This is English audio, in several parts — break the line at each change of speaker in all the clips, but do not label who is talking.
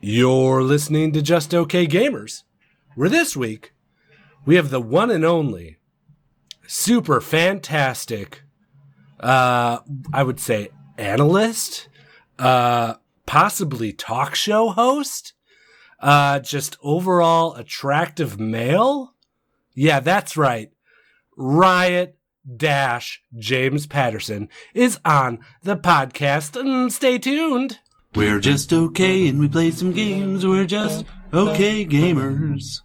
You're listening to Just OK Gamers, where this week we have the one and only, super fantastic, uh, I would say analyst, uh, possibly talk show host, uh, just overall attractive male. Yeah, that's right. Riot Dash James Patterson is on the podcast. And stay tuned.
We're just okay and we play some games. We're just okay gamers.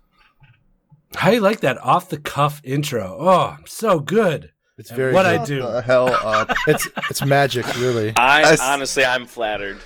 How you like that off the cuff intro? Oh, so good.
It's very
what
good.
I do.
Shut the hell up. It's it's magic, really.
I
I s-
honestly, I'm flattered.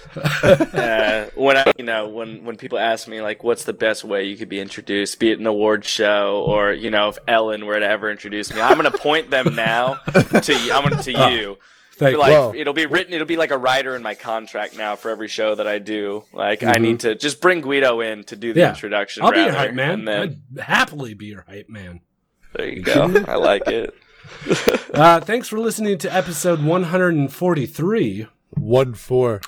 uh, when I, you know, when when people ask me like, what's the best way you could be introduced, be it an award show or you know, if Ellen were to ever introduce me, I'm gonna point them now to you. I'm gonna to you.
Thank
Like
Whoa.
it'll be written, it'll be like a writer in my contract now for every show that I do. Like I need to just bring Guido in to do the
Yeah.
introduction.
I'll be your
rather,
hype man.
And then,
I'd happily be your hype man.
there you go. I like it.
Uh, thanks for listening to episode 143.
One, four,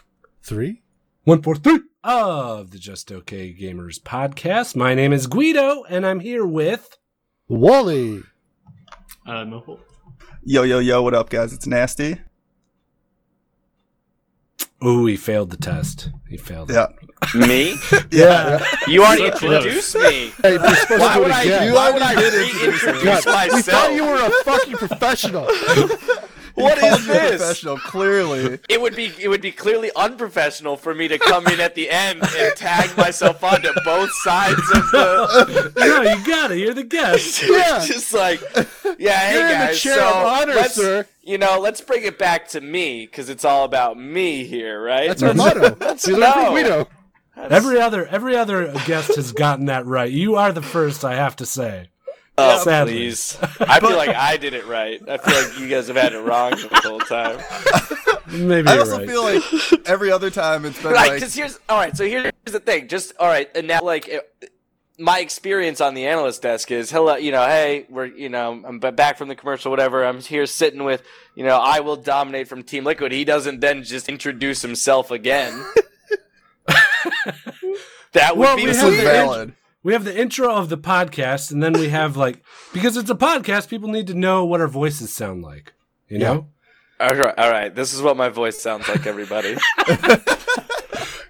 three.
143 of the Just Okay Gamers podcast. My name is Guido, and I'm here with.
Wally.
Uh, Mohol.
Yo, yo, yo, what up, guys? It's Nasty.
Ooh, he failed the test. He failed.
Yeah.
Me?
Yeah.
You already
So close.
introduced me.
Hey, you're supposed
Why
to do
would
it
I?
again.
Why
already
would I
did introduce
reintroduce
God, we
myself?
thought you were a fucking professional.
What
Called
is
you a
this?
Professional, clearly.
It would be it would be clearly unprofessional for me to come in at the end and tag myself onto both sides of the
No, you got it. You're the guest.
Yeah.
just like yeah, hey
You're in the
guys.
chair
so
of honor,
let's,
sir.
You know, let's bring it back to me because it's all about me here, right?
That's our motto.
That's-
You learn from
no.
Guido.
Every other every other guest has gotten that right. You are the first, I have to say.
oh,
sadly.
please. I feel like I did it right. I feel like you guys have had it wrong the whole time.
Maybe
I
you're
also
right.
feel like every other time it's been
Right,
like,
because here's all right. So here's the thing. Just all right, and now like it, my experience on the analyst desk is hello. You know, hey, we're you know I'm b- back from the commercial, whatever. I'm here sitting with you know I will dominate from Team Liquid. He doesn't then just introduce himself again. that would
Well,
be
we
this
have
is
the
valid.
We have the intro of the podcast, and then we have like because it's a podcast, people need to know what our voices sound like. You know,
all right. All right, this is what my voice sounds like. Everybody,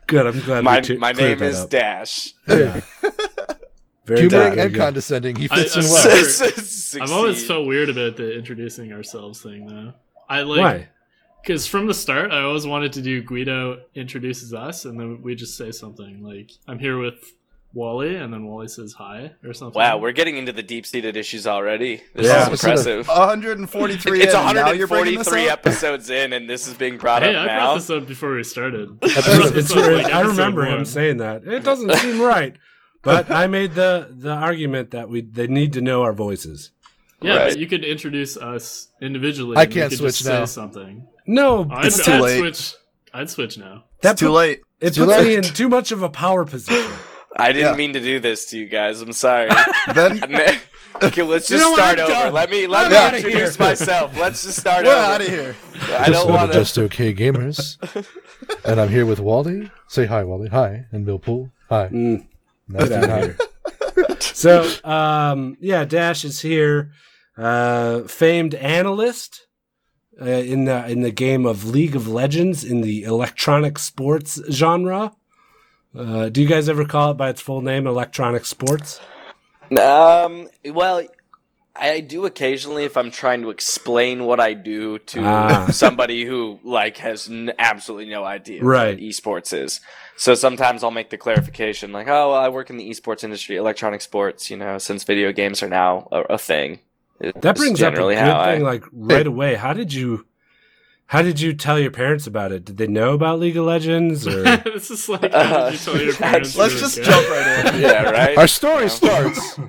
good. I'm glad.
my
we tu-
my
cleared
name
that
is
up.
Dash.
Yeah. Very good,
Humoring
very
and
good.
condescending. He fits
I-
in
I'm
well.
I've always felt weird about the introducing ourselves thing, though. I like
Why?
because from the start, I always wanted to do Guido introduces us, and then we just say something like, "I'm here with Wally," and then Wally says hi or something.
Wow, we're getting into the deep-seated issues already. This
Yeah.
is impressive.
143
It's
in, and now you're bringing this
143
up?
episodes in, and this is being brought
Hey,
up
I
now.
brought this up before we started.
Episode-
It's
like
very- I
episode
remember
one.
him saying that. It doesn't seem right, but I made the the argument that we they need to know our voices.
"Yeah,
Right.
but you could introduce us individually."
I
and we
can't
could
switch
just
now.
Say something.
No,
I'd,
It's too
I'd
late.
Switch, I'd switch now.
that
It's too
put-
late.
It
Too
puts me in
late.
too much of a power position.
I didn't
Yeah.
mean to do this to you guys. I'm sorry.
Then
okay, let's just
You know what?
start
I'm
over.
done.
Let me let
I'm
me
outta
introduce
here.
myself. Let's just start
we're
over.
out of here.
I don't want to.
Just okay gamers. and I'm here with Wally. Say hi, Wally. Hi. And Bill Pool. Hi.
Mm.
Nasty,
Get outta
hi.
here. so um, yeah, Dash is here, uh, famed analyst uh, in the in the game of League of Legends in the electronic sports genre. Uh, do you guys ever call it by its full name, electronic sports?
Um. Well, I do occasionally if I'm trying to explain what I do to
Ah.
somebody who like has n- absolutely no idea
Right.
what esports is. So sometimes I'll make the clarification, like, "Oh, well, I work in the esports industry, electronic sports. You know, since video games are now a, a thing."
That brings up a good
generally
thing,
how I-
like right away. How did you? How did you tell your parents about it? Did they know about League of Legends?
Um,
Or
this is like how did you tell your
Uh,
parents
Let's
you
just
were gay?
jump right in.
yeah, right.
Our story starts.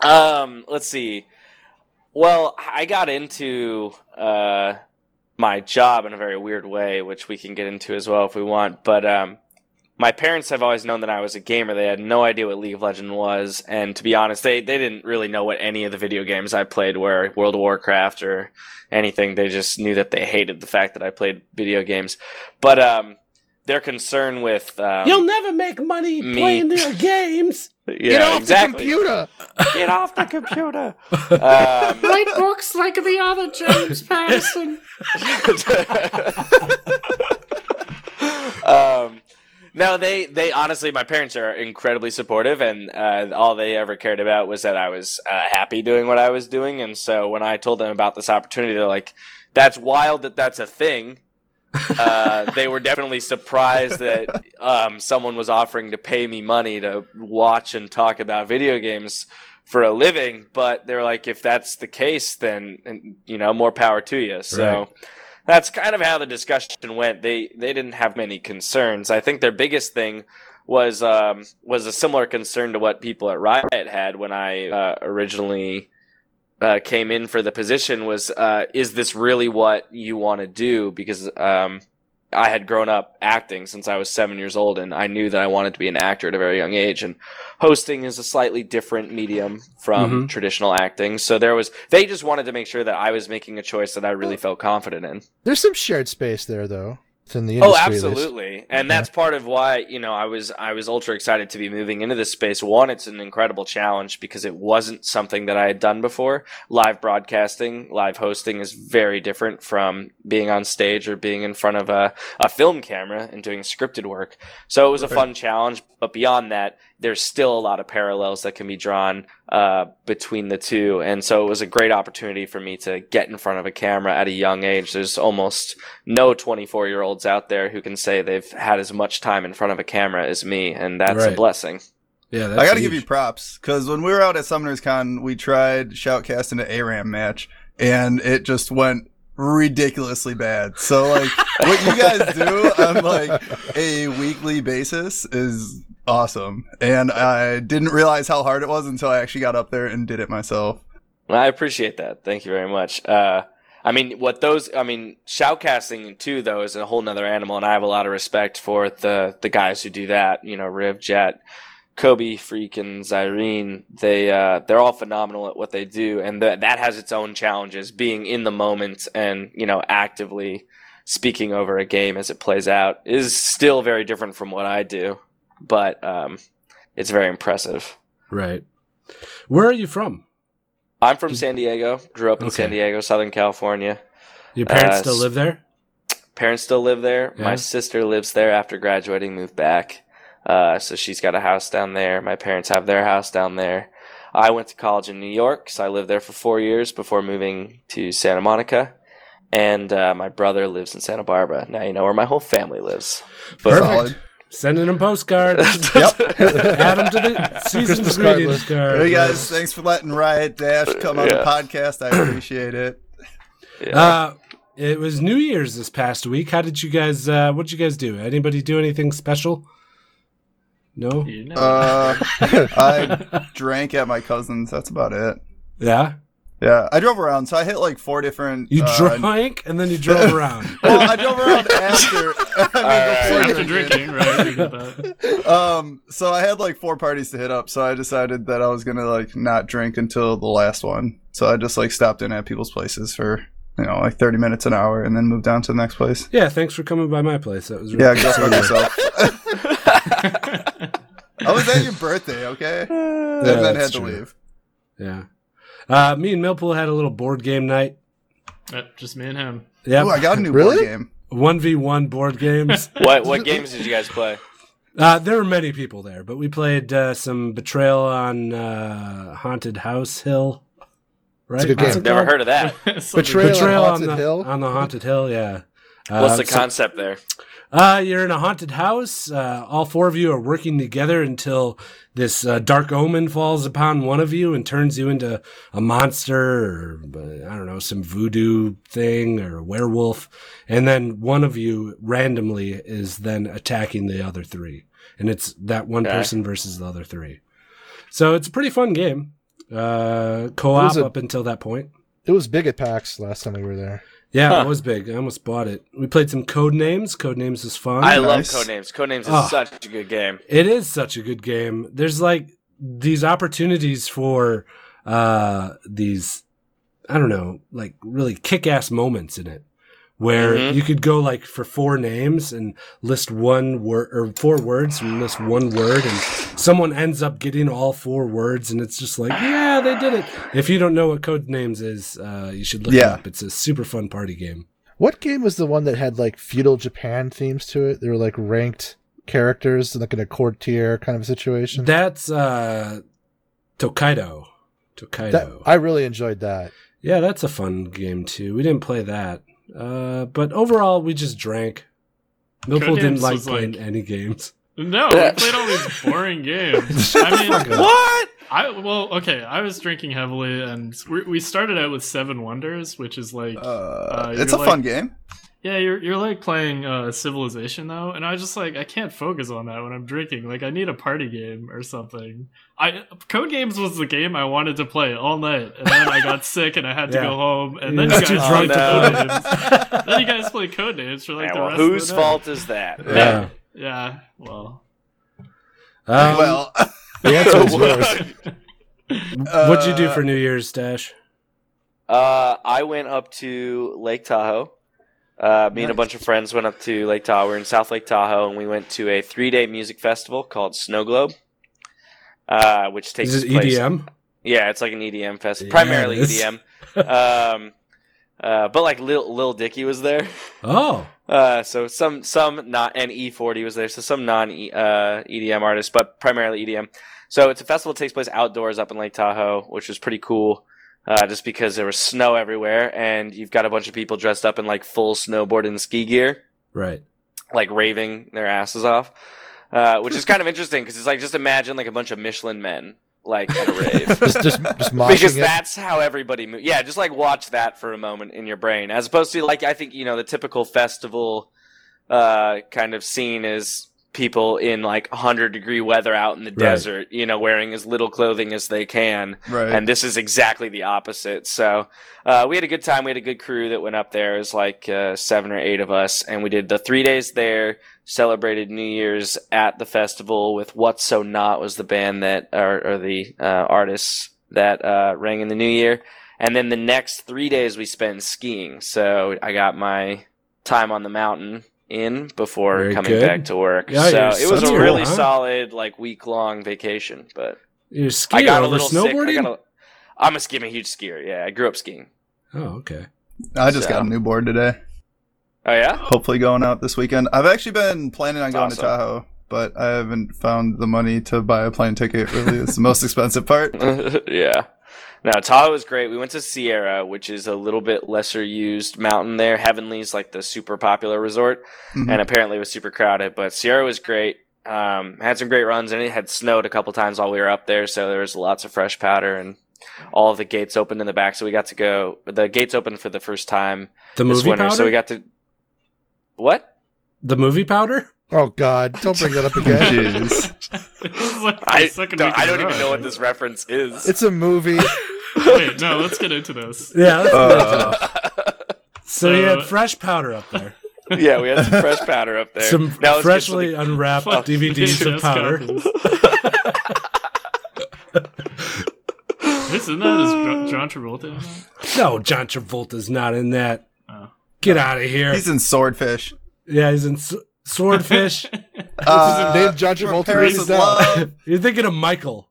Um, let's see. Well, I got into uh, my job in a very weird way, which we can get into as well if we want. But um, my parents have always known that I was a gamer. They had no idea what League of Legends was, and to be honest, they they didn't really know what any of the video games I played were, World of Warcraft or anything. They just knew that they hated the fact that I played video games. But um, their concern with um,
You'll never make money
me.
playing their games.
yeah,
Get off
exactly.
the computer.
Get off the computer. um,
Write books like the other James Patterson.
um, no, they they honestly, my parents are incredibly supportive, and uh, all they ever cared about was that I was uh, happy doing what I was doing. And so when I told them about this opportunity, they're like, "That's wild that that's a thing." uh, they were definitely surprised that um, someone was offering to pay me money to watch and talk about video games for a living. But they're like, if that's the case, then and, you know, more power to you. So
Right.
that's kind of how the discussion went. They they didn't have many concerns. I think their biggest thing was um, was a similar concern to what people at Riot had when I uh, originally uh, came in for the position was uh, is this really what you want to do? Because um, I had grown up acting since I was seven years old, and I knew that I wanted to be an actor at a very young age. And hosting is a slightly different medium
Mhm.
from traditional acting. So there was they just wanted to make sure that I was making a choice that I really felt confident in.
There's some shared space there, though. Within the
Oh,
industry, at least.
absolutely, and that's part of why you know I was I was ultra excited to be moving into this space. One, it's an incredible challenge because it wasn't something that I had done before. Live broadcasting, live hosting is very different from being on stage or being in front of a, a film camera and doing scripted work. So it was a fun challenge, but beyond that, there's still a lot of parallels that can be drawn uh, between the two, and so it was a great opportunity for me to get in front of a camera at a young age. There's almost no 24 year olds out there who can say they've had as much time in front of a camera as me, and that's
Right.
a blessing.
Yeah, that's
I got to
huge.
give you props because when we were out at Summoners Con, we tried shoutcasting an ARAM match, and it just went ridiculously bad. So like, what you guys do on like a weekly basis is awesome, and I didn't realize how hard it was until I actually got up there and did it myself.
Well, I appreciate that. Thank you very much. Uh, I mean, what those, I mean, shoutcasting too, though, is a whole nother animal, and I have a lot of respect for the, the guys who do that, you know, Riv, Jet, Kobe, freaking Zyrene. They, uh, they're all phenomenal at what they do, and that that has its own challenges, being in the moment and, you know, actively speaking over a game as it plays out is still very different from what I do, but, um, it's very impressive.
Right. Where are you from?
I'm from San Diego, grew up in San
Okay.
Diego, Southern California.
Your parents
Uh,
still
s-
live there?
parents still live there.
Yeah.
My sister lives there after graduating, moved back. Uh, so she's got a house down there. My parents have their house down there. I went to college in New York, so I lived there for four years before moving to Santa Monica. And uh, my brother lives in Santa Barbara. Now you know where my whole family lives.
Perfect.
Solid.
Sending them postcards. Add them to the season's
Christmas card
greetings
list.
card.
Hey guys, thanks for letting Riot Dash come on the
Yeah.
podcast. I appreciate it.
Yeah.
Uh, it was New Year's this past week. How did you guys? Uh, what did you guys do? Anybody do anything special? No.
You know.
Uh, I drank at my cousin's. That's about it.
Yeah.
Yeah, I drove around, so I hit like four different.
You
uh,
drank and then you drove around.
Well, I drove around after. I mean,
After
before
drinking, right? we get that.
drinking. Um, so I had like four parties to hit up, so I decided that I was gonna like not drink until the last one. So I just like stopped in at people's places for you know like thirty minutes an hour, and then moved down to the next place.
Yeah. Thanks for coming by my place. That was really
Yeah,
good
go fuck
seeing you.
yourself. I was at your birthday, okay? And
Yeah,
then
that's
had to
true.
leave.
Yeah. Uh, me and Millpool had a little board game night.
Yep, just me and him.
Oh, I
Yeah.
got a new
Really?
board game.
One v one board games.
what what games did you guys play?
Uh, there were many people there, but we played uh, some Betrayal on uh, Haunted House Hill. Right?
a good
What's
game.
it
Never
called?
heard of that.
Something-
Betrayal. Betrayal.
Betrayal
on
on
Haunted
the
Hill?
on the Haunted Hill. Yeah. Uh,
What's the
so-
concept there?
Uh, you're in a haunted house. Uh, all four of you are working together until this uh, dark omen falls upon one of you and turns you into a monster or, uh, I don't know, some voodoo thing or a werewolf. And then one of you randomly is then attacking the other three. And it's that one
Okay.
person versus the other three. So it's a pretty fun game. Uh, co
What
op
is it?
up until that point.
It was big at PAX last time we were there.
Yeah,
Huh.
it was big. I almost bought it. We played some code names. Code names is fun.
I love
Nice.
Codenames. Codenames is
Oh.
such a good game.
It is such a good game. There's like these opportunities for uh these I don't know, like really kick ass moments in it where
Mhm.
you could go like for four names and list one word or four words and list one word and someone ends up getting all four words and it's just like yeah they did it if you don't know what code names is uh, you should look
Yeah.
it up it's a super fun party game
What game was the one that had like feudal Japan themes to it? They were like ranked characters, like in a court tier kind of situation.
that's uh tokaido tokaido
That- I really enjoyed that.
yeah that's a fun game too we didn't play that uh, but overall we just drank millpool
Code
didn't
Names
like
was
playing
like-
any games
No, we played all these boring games. I mean,
What?
I well, okay. I was drinking heavily, and we, we started out with Seven Wonders, which is like,
Uh,
you're
it's a
like-
fun game.
yeah, you're you're like playing uh, Civilization though, and I was just like, I can't focus on that when I'm drinking. Like, I need a party game or something. I Code Games was the game I wanted to play all night, and then I got sick and I had to
Yeah.
go home, and then
Yeah.
you
Too
guys
drunk
played
to
Um,
Code Names. Then you guys played Code Names for like
Yeah,
the
well,
rest.
whose
of the night.
fault is that?
yeah
Yeah. Well.
um,
well,
The answer is yours.
Um, what'd you do
uh,
for new year's dash
Uh, I went up to Lake Tahoe. Uh, me and a bunch of friends went up to Lake Tahoe. We're in South Lake Tahoe, and we went to a three-day music festival called Snow Globe, uh, which takes
is it E
place.
edm
Yeah, it's like an EDM fest,
Yeah,
primarily
it is.
EDM. um, uh, but like Lil Lil Dicky was there.
oh
Uh, so some some not and E40 was there, so some non E- uh, EDM artists, but primarily EDM. So it's a festival that takes place outdoors up in Lake Tahoe, which was pretty cool, uh, just because there was snow everywhere, and you've got a bunch of people dressed up in like full snowboard and ski gear,
right
like raving their asses off, uh, which is kind of interesting because it's like just imagine like a bunch of Michelin men like at a rave
Just, just, just moshing
because
it.
that's how everybody moves. Yeah, just like watch that for a moment in your brain, as opposed to like I think you know the typical festival uh, kind of scene is people in like 100 degree weather out in the desert, you know, wearing as little clothing as they can,
right.
and this is exactly the opposite. So uh, we had a good time. We had a good crew that went up there. It was like uh, seven or eight of us, and we did the three days there. Celebrated New Year's at the festival with What So Not was the band that or, or the uh, artists that uh, rang in the New Year, and then the next three days we spent skiing. So I got my time on the mountain in before
Very
coming
good.
back to work.
Yeah,
so
you're
it was
so
a really
cool, huh?
solid like week long vacation, but.
you're skiing over snowboarding
Sick. I got a, I'm a ski. I'm a huge skier. Yeah, I grew up skiing.
oh okay
I just
so-
got a new board today.
Oh yeah.
Hopefully going out this weekend. I've actually been planning on
That's
going to
awesome.
Tahoe, but I haven't found the money to buy a plane ticket. Really, it's the most expensive part.
yeah. No, Tahoe was great. We went to Sierra, which is a little bit lesser used mountain there. Heavenly's like the super popular resort,
Mhm.
Mm-hmm.
and apparently it was super crowded. But Sierra was great. Um, had some great runs, and it had snowed a couple times while we were up there, so there was lots of fresh powder, and all of the gates opened in the back, so we got to go. The gates opened for the first time
the
this
movie
winter,
powder
so we got to. What?
the movie powder
Oh God! Don't bring that up again.
Jeez.
This is like the
I
second
don't,
week in
I
a
don't even
row.
know what this reference is.
it's a movie.
Wait, no, let's get into this.
yeah that's-
Uh,
so you
so-
had fresh powder up there
yeah, we had some fresh powder up there.
some
Now let's get to
freshly
the-
unwrapped
Fuck
DVDs
VHS
of powder.
copies. Isn't that is John, John Travolta? in that?
No, John Travolta's not in that.
Oh.
Get out of here.
he's in Swordfish.
yeah, he's in S- Swordfish.
Uh,
Name John
where
Travolta
Paris
races
is
down.
love.
You're thinking of Michael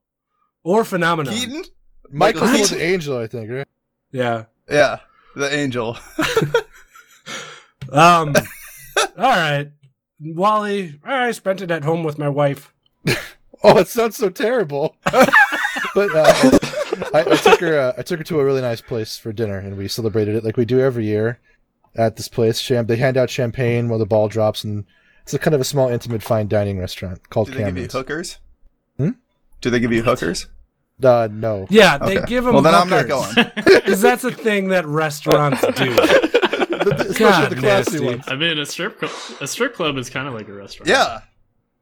or Phenomenon.
Keaton.
Michael
Michael
was
Keaton.
an angel, I think. Right?
Yeah.
Yeah, the angel.
Um. all right, Wally. I spent it at home with my wife.
Oh, it sounds so terrible. but uh, I, I took her. Uh, I took her to a really nice place for dinner, and we celebrated it like we do every year at this place. Cham- they hand out champagne while the ball drops, and it's a kind of a small, intimate, fine dining restaurant called
Do they give you
Cameron's.
hookers?
Hmm?
Do they give you hookers?
Uh, no.
Yeah, they
Okay.
give him.
Well, then I'm
hookers,
not going.
Because that's a thing that restaurants do.
Especially the classy
nasty.
ones.
I mean, a strip club, a strip club is kind of like a restaurant.
Yeah.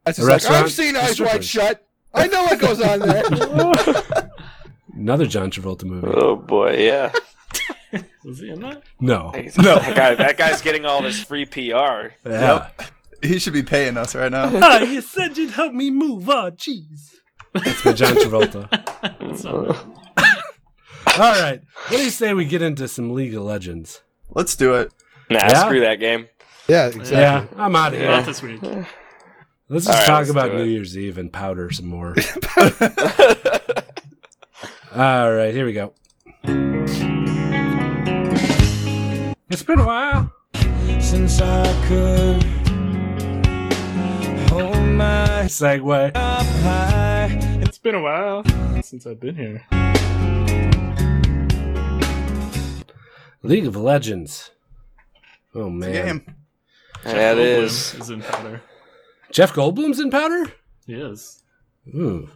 That's
A
just like,
restaurant?
I've seen
The
Eyes Wide
strippers.
Shut. I know what goes on there.
Another John Travolta movie.
oh boy, yeah.
Was he in that?
No.
No, that, guy, oh that guy's getting all this free PR.
Yeah.
He should be paying us right now.
Ah, you said you'd help me move. Oh, jeez. That's my John Travolta.
That's not bad.
All right. What do you say we get into some League of Legends?
Let's do it.
Nah,
Yeah.
screw that game.
Yeah, exactly.
Yeah, I'm out of
Not
here.
this week.
Let's just
All right,
talk
let's
about
do it.
New Year's Eve and powder some more. All right, here we go. It's been a while.
since I could hold my
Segway.
up high.
It's been a while since I've been here.
League of Legends. Oh man,
Game.
Yeah, it
Goldblum
is.
Is in powder.
Jeff Goldblum's in Powder.
He is.
Ooh,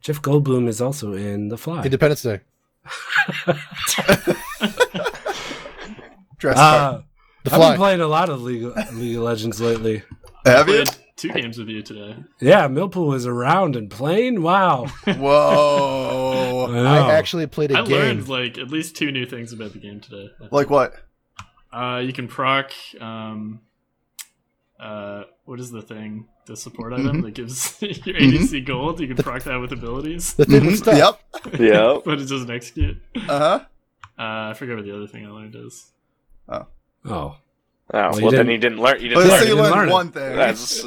Jeff Goldblum is also in The Fly.
Independence Day.
Dress
Uh,
The
I've
Fly.
been playing a lot of League of, League of Legends lately.
Have you?
Played two games with you today.
Yeah, Millpool is around and playing. Wow.
Whoa.
Wow.
I actually played a
I
game.
learned like at least two new things about the game today.
like what?
Uh, you can proc. Um, uh, what is the thing? The support
Mm-hmm.
item that gives your ADC gold. You can proc that with abilities,
The thing with stuff.
Mm-hmm. Yep.
Yep. Oh,
but it doesn't execute. Uh,
Uh huh.
I forget what the other thing I learned is.
Oh. you
Oh, well, then
didn't-
you didn't learn. You didn't
Well,
learn,
so
you
you
didn't
learned
learn it.
one thing.
That's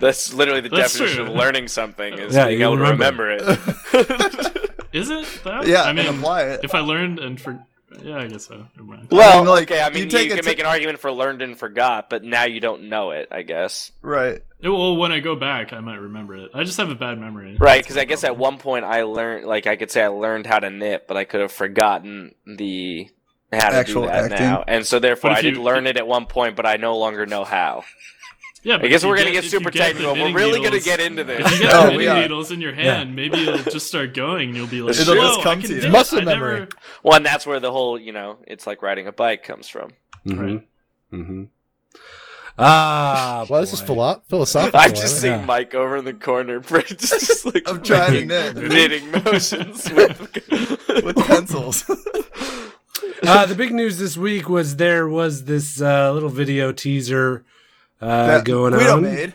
that's literally the
That's
definition
true.
of learning something is
Yeah,
being
you
able to
remember.
remember it.
Is it that?
yeah,
I mean,
and apply it.
if I learned and for, yeah, I guess so. Never mind.
well,
I mean, like,
okay. I
you
mean, you,
take a
can
t-
make an argument for learned and forgot, but now you don't know it. I guess.
Right.
It- well, when I go back, I might remember it. I just have a bad memory.
Right, because I guess at one point I learned, like, I could say I learned how to knit, but I could have forgotten the how to
Actual
do that
acting.
now, and so therefore
But if
I did
you-
learn it at one point, but I no longer know how.
Yeah,
I
but
guess
if you
we're gonna
get-
get
if you
super
get the
technical. We're
knitting
really gonna
needles-
get into this.
If you get
No,
the
we
knitting
are.
needles in your hand, maybe it'll just start going. You'll be like,
It'll
"Whoa,
just come
I
to
can
you.
do it.
Muscle
I never-
memory.
Well, and that's where the whole, you know, it's like riding a bike comes from.
Mm-hmm.
Right.
Mm-hmm. Ah.
Well, this is
boy.
philo- philosophical.
I've just
right?
seen Mike over in the corner, just, just like
I'm trying to knit
knitting motions with.
with pencils.
uh, the big news this week was there was this uh, little video teaser uh,
that
going
we
on.
made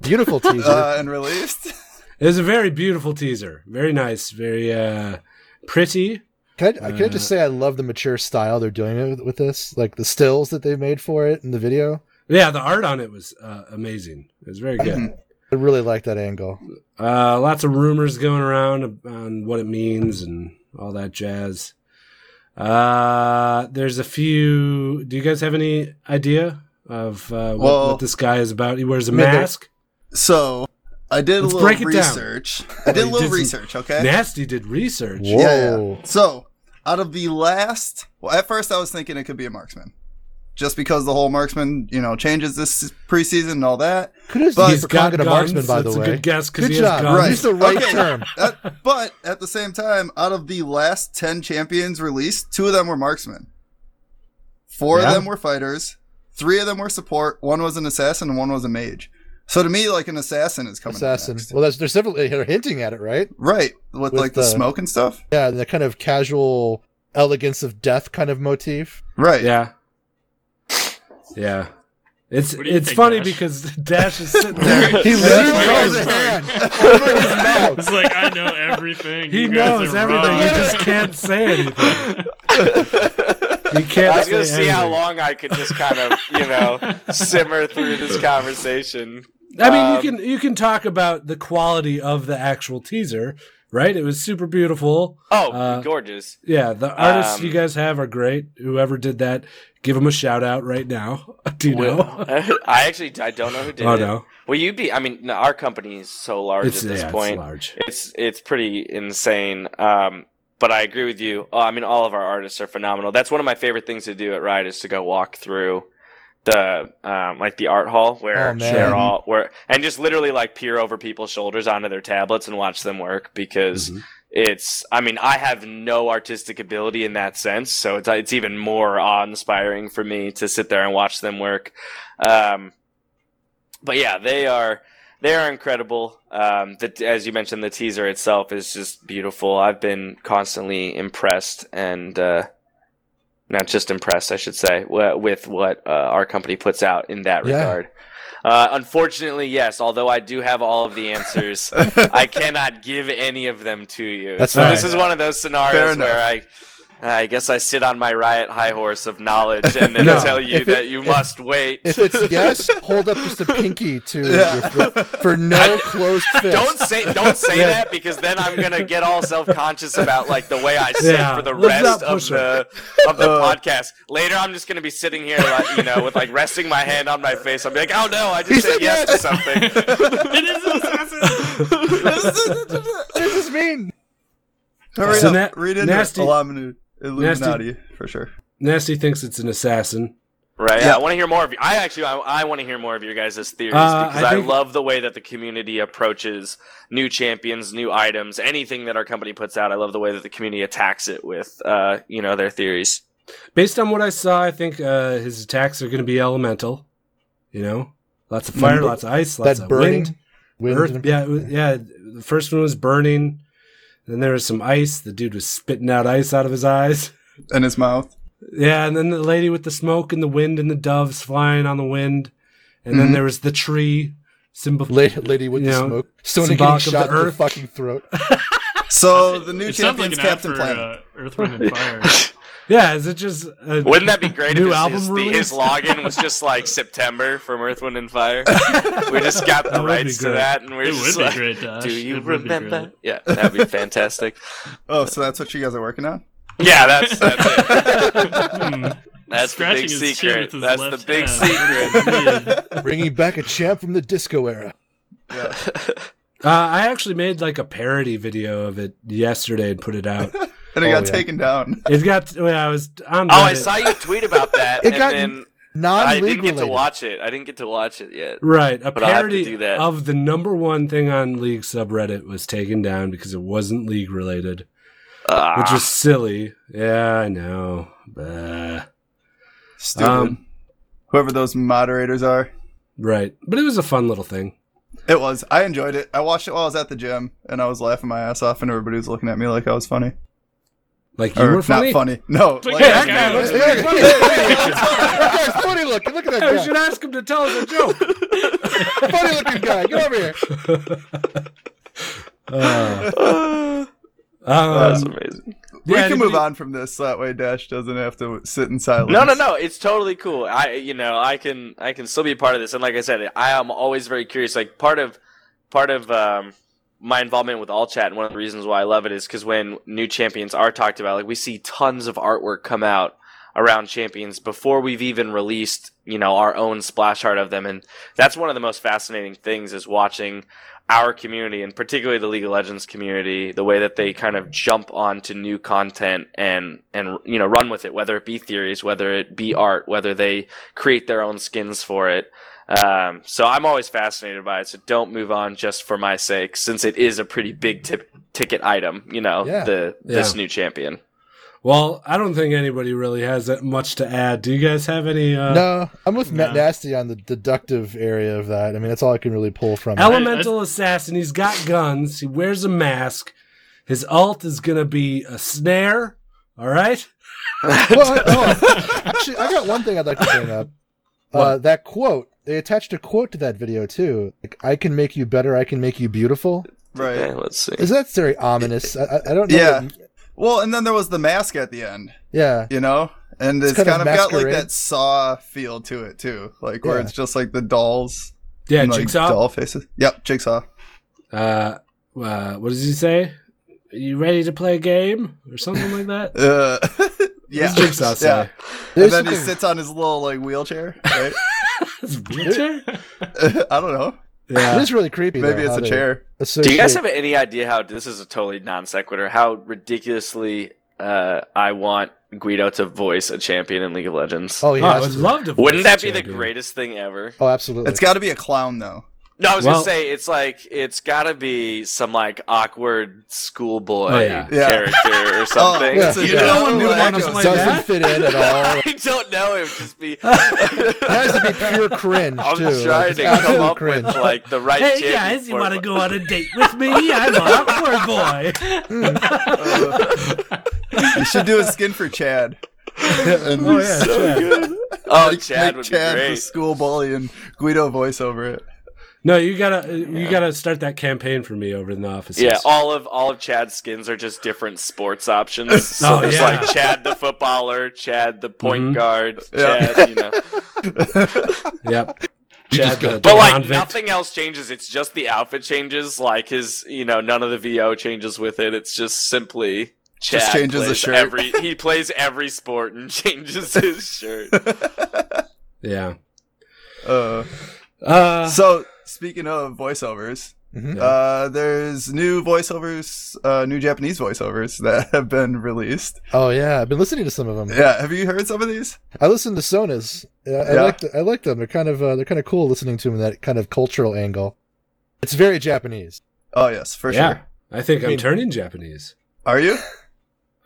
Beautiful teaser.
uh, and released.
It was a very beautiful teaser. Very nice. Very uh, pretty.
Can I, can I
Uh,
just say I love the mature style they're doing it with, with this, like the stills that they've made for it in the video.
Yeah, the art on it was uh, amazing. It was very good.
I really like that angle.
Uh, lots of rumors going around on what it means and all that jazz. Uh, there's a few. Do you guys have any idea of uh, what,
Well-
what this guy is about? He wears a
mean, there-
mask.
So I did a
Let's
little
break it down.
research. I did a
you
little
did some-
research. Okay.
Nasty did research.
Whoa!
Yeah, yeah. So, out of the last, well, at first I was thinking it could be a marksman, just because the whole marksman, you know, changes this preseason and all that.
Could have
But-
used Gonga to marksman, by
That's
the way.
a good guess because
Good
he
job.
has guns.
Right.
Used the right
Okay.
term.
That- but at the same time, out of the last ten champions released, two of them were marksmen, four
Yeah.
of them were fighters, three of them were support, one was an assassin, and one was a mage. So to me, like an assassin is coming. up
Assassin.
next.
Well, that's, they're definitely they're hinting at it, right?
Right,
With
with, like the,
the-
smoke and stuff.
Yeah, the kind of casual elegance of death kind of motif.
Right.
Yeah. Yeah. It's
What do you
it's
think,
funny
Dash?
because Dash is sitting there.
He
literally
throws a hand over his mouth.
It's like I know everything.
He
you guys
knows
are
everything.
wrong.
He just can't say anything. He can't
I was
say
gonna see how
anything.
long I could just kind of, you know, simmer through this conversation.
I mean,
Um,
you can you can talk about the quality of the actual teaser, right? It was super beautiful.
Oh,
Uh,
gorgeous!
Yeah, the artists
Um,
you guys have are great. Whoever did that, give them a shout out right now. Do you know?
I actually I don't know who did
Oh
it.
no,
Well, you'd be. I mean, no, our company is so large
it's,
at this
yeah, it's
point.
large.
It's it's pretty insane. Um, but I agree with you. Oh, I mean, all of our artists are phenomenal. That's one of my favorite things to do at Ride is to go walk through the um, like the art hall where
Oh, man.
they're all where and just literally like peer over people's shoulders onto their tablets and watch them work because
Mhm.
it's i mean i have no artistic ability in that sense so it's, it's even more awe-inspiring for me to sit there and watch them work um, but yeah they are they are incredible um, the, as you mentioned the teaser itself is just beautiful i've been constantly impressed and uh, not just impressed i should say wi- with what uh, our company puts out in that
Yeah.
regard uh, unfortunately, yes. Although I do have all of the answers, I cannot give any of them to you.
That's
so
fine.
this is one of those
Fair
scenarios
enough.
where I I guess I sit on my riot high horse of knowledge and then
No.
tell you
If it-
that you must wait.
If it's yes, hold up just a pinky to your foot for no closed fist.
don't say don't say that because then I'm gonna get all self conscious about like the way I sit
Yeah,
for the
let's
rest
not
of
push
the of the podcast. Later, I'm just gonna be sitting here like you know with like resting my hand on my face. I'll be like, oh no, I just said
said
yes to something.
It is an assassin.
What does this mean?
Hurry
So
up.
na-
Read into
nasty-
it. Well, I'm an Illuminati for sure.
Nasty thinks it's an assassin.
Right?
Yeah.
I want to hear more of you. I actually I, I want to hear more of your guys' theories
Uh,
because
I
I,
think-
love the way that the community approaches new champions, new items, anything that our company puts out. I love the way that the community attacks it with uh, you know their theories.
Based on what I saw, I think uh, his attacks are going to be elemental. You know, lots
Mm-hmm.
of fire,
Mm,
lots of ice, lots
That
of
burning
wind.
wind
Earth,
and-
yeah, it was- yeah. The first one was burning. Then there was some ice. The dude was spitting out ice out of his eyes.
In his mouth.
Yeah, and then the lady with the smoke and the wind and the doves flying on the wind. And then
Mhm.
there was the tree symbol.
La- lady with
You
the
know,
smoke. Sona getting
symbolic of
shot
the
in the
earth.
fucking throat.
So the new
It sounds like
champion's
an ad
Captain
for
Planet.
uh, Earth, Wind, and Fire.
Yeah, is it just a
Wouldn't that be great
New
if
album
his, his, the,
release?
his login was just like September from Earth, Wind, and Fire? We just got the
That would be
rights to
great.
that, and we're
It
just
would
like,
be great, Dash.
"Do
It
you
would be great.
remember?" Yeah, that'd be fantastic.
Oh, so that's what you guys are working on?
yeah, that's that's it.
Hmm.
That's the
Scratching
big
his chin
secret.
with his
That's the
left
big
hand.
secret.
Bringing back a champ from the disco era.
Uh, I actually made like a parody video of it yesterday and put it out.
And it
Oh,
got
yeah.
taken down.
it got when I was on.
Oh, I
Reddit.
saw you tweet about that,
It
and
got
then I
Non
didn't
league
get to
related.
watch it. I didn't get to watch it yet.
Right, a
But I'll have to do
parody
that.
of the number one thing on League subreddit was taken down because it wasn't League related,
Ah,
which was silly. Yeah, I know. Bah.
Stupid.
Um,
Whoever those moderators are.
Right, but it was a fun little thing.
It was. I enjoyed it. I watched it while I was at the gym, and I was laughing my ass off, and everybody was looking at me like I was funny.
Like you
or
were funny.
not funny. No.
But
like-
yeah,
Hey, that guy looks pretty funny.
That guy's funny looking. Look at that
Hey, we
guy.
should ask him to tell us a joke.
Funny looking guy. Get over here.
Uh,
Ah. that's
um,
amazing.
we
Yeah,
can
anybody-
move on from this. That way, Dash doesn't have to sit in silence.
No, no, no. It's totally cool. I, you know, I can, I can still be a part of this. And like I said, I am always very curious. Like part of, part of um, my involvement with All Chat, and one of the reasons why I love it is because when new champions are talked about, like we see tons of artwork come out around champions before we've even released, you know, our own splash art of them. And that's one of the most fascinating things is watching our community and particularly the League of Legends community, the way that they kind of jump onto new content and and you know run with it, whether it be theories, whether it be art, whether they create their own skins for it. Um, so I'm always fascinated by it. So don't move on just for my sake, since it is a pretty big tip, ticket item. You know,
Yeah.
the this new champion.
Well, I don't think anybody really has that much to add. Do you guys have any? Uh,
No, I'm with Matt
No.
Nasty on the deductive area of that. I mean, that's all I can really pull from. it.
Elemental assassin. He's got guns. He wears a mask. His alt is gonna be a snare. All right.
well, I- oh, actually, I got one thing I'd like to bring up. Uh, that quote. They attached a quote to that video too. Like, I can make you better. I can make you beautiful.
Okay,
Right.
let's see.
Is that very ominous? I, I- I don't know.
Yeah.
that-
Well, and then there was the mask at the end,
yeah.
you know? And
It's
it's,
kind of
kind, of, got like
masquerade.
that saw feel to it, too. Like, where
Yeah.
it's just like the dolls.
Yeah,
and, like,
jigsaw.
Doll faces. Yep, jigsaw.
Uh, uh, what does he say? Are you ready to play a game or something like that?
Uh, yeah.
What's Jigsaw say?
yeah. And
There's
then he
something-
sits on his little, like, wheelchair, right?
It's a wheelchair?
I don't know.
It
Yeah.
is really creepy.
Maybe
though,
it's
how
a
they
chair.
Do you guys
associate-
have any idea how this is a totally non sequitur? How ridiculously uh, I want Guido to voice a champion in League of Legends.
Oh
Oh, I
yeah.
would love to.
Wouldn't
voice
that be the
champion.
greatest thing ever?
oh, absolutely.
It's got to be a clown, though.
No, I was
Well-
gonna say it's like it's gotta be some like awkward schoolboy
Oh, yeah.
Yeah.
character or something.
yeah.
it's a
You
Joe
know what
Lacko
Lacko's
song.
like
doesn't
that?
fit in at all.
I don't know. It would just be.
It has to be pure cringe
I'm
too. Like,
trying
it's
to
absolute
come up
cringe.
with like the right.
Hey
champion
guys, you
for
want to
my-
go on a date with me? I'm an awkward boy.
You should do a skin for Chad. and
Oh yeah, sure.
Oh, Chad
make
would
Chad
be
the
great.
school bully and Guido voice over it.
No, you gotta uh, you gotta start that campaign for me over in the office.
Yeah, all of all of Chad's skins are just different sports options. So
Oh,
there's
yeah.
like Chad the footballer, Chad the point
Mhm.
guard,
Yeah.
Chad, you know.
yep. Chad, the- the
But like
convict.
nothing else changes. It's just the outfit changes. Like his, you know, none of the VO changes with it. It's just simply Chad
Just changes the
plays
shirt.
Every he plays every sport and changes his shirt.
Yeah.
Uh,
Uh,
so speaking of voiceovers,
Mm-hmm.
Mhm.
uh, there's new voiceovers, uh, new Japanese voiceovers that have been released.
Oh yeah, I've been listening to some of
Mm-hmm.
them.
Yeah, have you heard some of these?
I listened to Sonas. I, I
Yeah.
like th- I like them. They're kind of uh, they're kind of cool listening to them in that kind of cultural angle. It's very Japanese.
Oh yes, for
yeah,
sure.
I think
I
I
mean-
am turning Japanese.
Are you?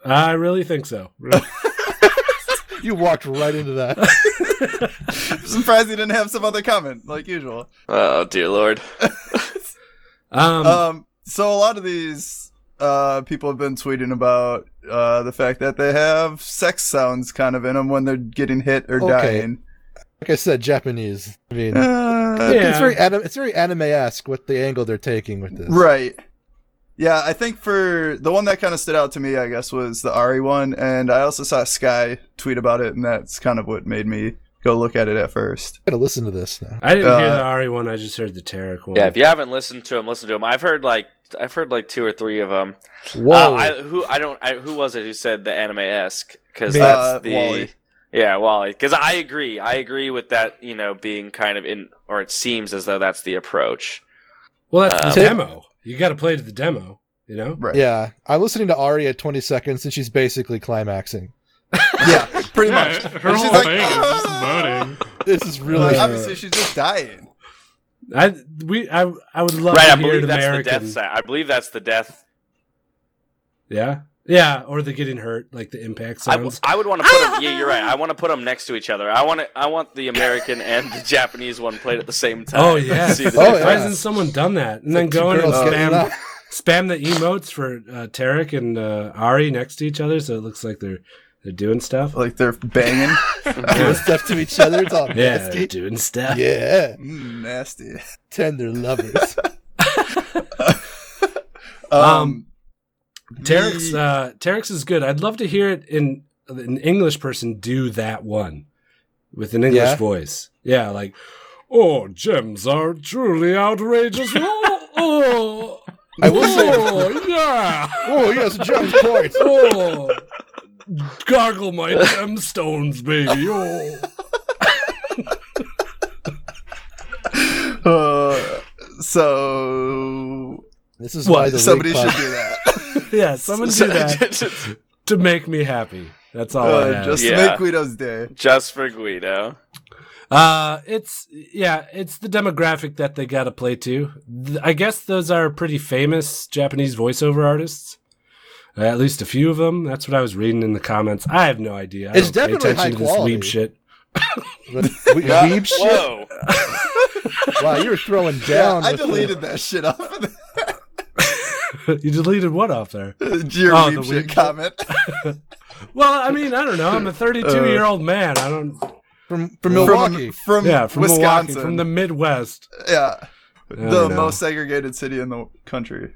I really think so.
You walked right into that.
I'm surprised you didn't have some other comment like usual.
Oh dear lord.
Um,
Uh,
Um, so a lot of these uh, people have been tweeting about uh, the fact that they have sex sounds kind of in them when they're getting hit or
Okay.
dying.
Like I said, Japanese. I mean,
Uh,
Yeah.
it's very anim- it's very anime esque what the angle they're taking with this.
Right. Yeah, I think for the one that kind of stood out to me, I guess, was the Ari one, and I also saw Sky tweet about it, and that's kind of what made me go look at it at first.
I'm gonna listen to this now.
I didn't hear
uh,
the Ari one. I just heard the Tarek one.
Yeah, if you haven't listened to him, listen to him. I've heard like I've heard like two or three of them.
Whoa!
Uh, I, who I don't I, who was it who said the anime esque? Because
Me.
that's
Uh,
the
Wally.
yeah Wally. Because I agree, I agree with that. You know, being kind of in or it seems as though that's the approach.
well,
Uh,
that's the
Um,
demo. You got to play to the demo. You know.
Right.
yeah, I'm listening to Ari at 20 seconds, and she's basically climaxing.
Yeah, pretty much.
Yeah, her
And she's
whole
like,
thing is just
"Ah!"
moaning.
This is
Like,
really
obviously, she's just dying.
I we I I would love
right,
to
I
hear
believe
an
that's
American.
the death. Side. I believe that's the death.
Yeah. Yeah, or the getting hurt, like the impact
I, w-
sounds.
I would want to put them. Yeah, you're right. I want to put them next to each other. I want to, I want the American and the Japanese one played at the same time.
oh yeah.
See the
Oh,
Why
yeah.
difference.
hasn't someone done that? And then
Two
go in and
girls getting
spam
up.
spam the emotes for uh, Tarek and uh, Ari next to each other, so it looks like they're they're doing
Oh,
stuff.
Like, they're banging.
doing stuff to each other. It's all
Yeah, they're
nasty.
doing stuff.
Yeah,
Mm, nasty.
tender lovers.
Um,
Um, Tarek's uh, Tarek's is good. I'd love to hear it in an English person do that one with an English
Yeah?
voice. Yeah, like oh, gems are truly outrageous. oh, oh,
I will say,
oh, yeah.
oh yes, John's point.
Oh, gargle my gemstones, baby. Oh.
uh, so
This is
What?
why the
somebody
rig
should
pod-
do that.
Yeah, someone do that
just,
to make me happy. That's all I
uh,
have.
just
Yeah.
to make Guido's day.
just for Guido.
Uh, it's yeah, it's the demographic that they gotta play to. Th- I guess those are pretty famous Japanese voiceover artists. Uh, at least a few of them. That's what I was reading in the comments. I have no idea. I
It's
don't pay
definitely
attention
high
to this
quality.
weeb shit.
We- weeb shit?
Whoa!
Wow, you were throwing
Yeah,
down.
I
with the-
deleted that shit off of the
you deleted what off there?
your
Oh, the
weeb shit
weeb-
comment.
Well, I mean, I don't know. I'm a 32 year old man. I don't.
from from Milwaukee.
From, from,
Yeah, from
Wisconsin.
Milwaukee, from the Midwest.
yeah,
don't know.
the most segregated city in the country.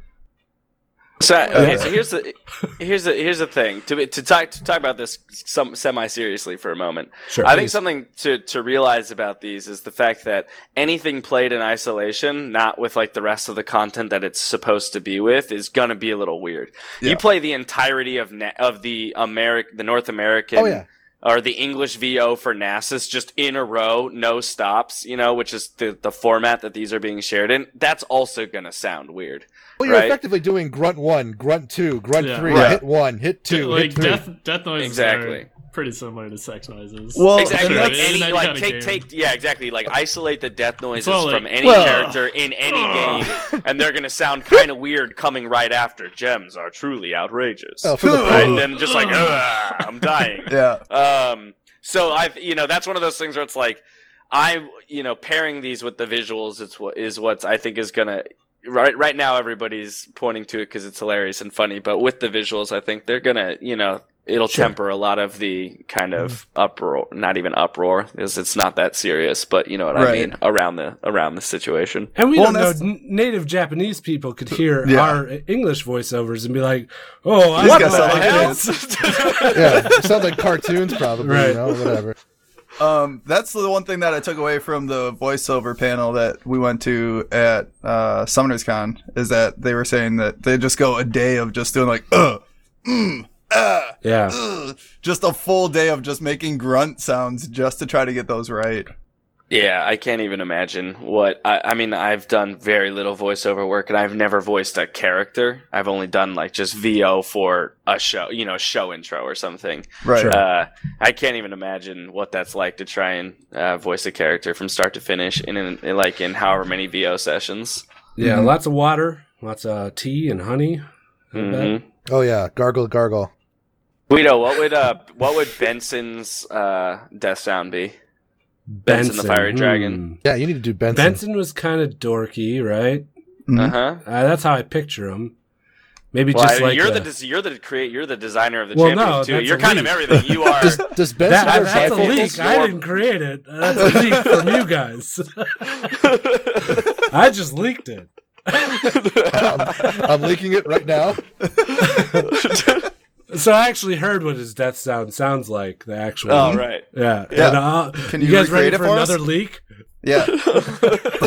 So, okay, so
Yeah.
here's the here's the here's the thing to be- to talk to talk about this some semi seriously for a moment.
Sure.
I think
please.
something to to realize about these is the fact that anything played in isolation, not with like the rest of the content that it's supposed to be with, is gonna be a little weird.
Yeah.
You play the entirety of na- of the Americ the North American
Oh yeah,
or the English VO for NASA's just in a row, no stops, you know, which is the the format that these are being shared in. That's also gonna sound weird.
well, you're
Right.
effectively doing grunt one, grunt two, grunt
Yeah.
three,
Right.
hit one, hit
D-
two,
like
hit three.
death, death noises
Exactly.
are pretty similar to sex noises.
Well,
Exactly,
Sure,
like
it's
any,
that
like
kinda
take
game.
take yeah, exactly. Like isolate the death noises
all like,
from any
"Ugh,
character in any game, and they're gonna sound kind of weird coming right after. Gems are truly outrageous,
Oh, for the
right?
pro-
And then just like, Ugh, I'm dying.
yeah,
Um, so I, you know, that's one of those things where it's like, I, you know, pairing these with the visuals is what is what I think is gonna. Right, right now everybody's pointing to it because it's hilarious and funny, but with the visuals, I think they're gonna, you know, it'll
Sure.
temper a lot of the kind of uproar. Not even uproar, because it's not that serious. But you know what I
Right.
mean around the around the situation.
And we
Well,
don't
that's-
know. N- native Japanese people could hear
Yeah.
our English voiceovers and be like, "Oh, I
These
what
guys
the
sound like
hell?"
yeah, it sounds like cartoons, probably.
Right.
You know, whatever.
Um, that's the one thing that I took away from the voiceover panel that we went to at uh, Summoners Con is that they were saying that they just go a day of just doing like uh, mm, uh,
Yeah,
uh, just a full day of just making grunt sounds just to try to get those right.
Yeah, I can't even imagine what I, I mean. I've done very little voiceover work, and I've never voiced a character. I've only done like just VO for a show, you know, a show intro or something.
Right.
Sure.
Uh, I can't even imagine what that's like to try and uh, voice a character from start to finish in, in, in like in however many VO sessions.
yeah.
Mhm.
Lots of water, lots of tea and honey. I bet.
Mhm.
Oh yeah, gargle, gargle.
Guido, what would uh, what would Benson's uh, death sound be? Benson the Fiery Dragon.
Yeah, you need to do
hmm.
Benson.
Benson was kind of dorky, right?
Mhm.
Uh huh.
Uh, that's how I picture him. Maybe
Well,
just
I-
like
you're
a-
the des- you're the create you're the designer of the
Well,
champions
no,
too.
that's
You're
a
kind
leak.
of everything. You are.
Does, does
That-
Benson wear
that's a
bifocals?
leak. I
Your-
didn't create it. Uh, That's a leak from you guys. I just leaked it.
I'm, I'm leaking it right now.
So I actually heard what his death sound sounds like. The actual.
All right.
Yeah.
Yeah.
And, uh,
Can
you,
you
guys ready
recreate it
for,
for us?
another leak?
Yeah.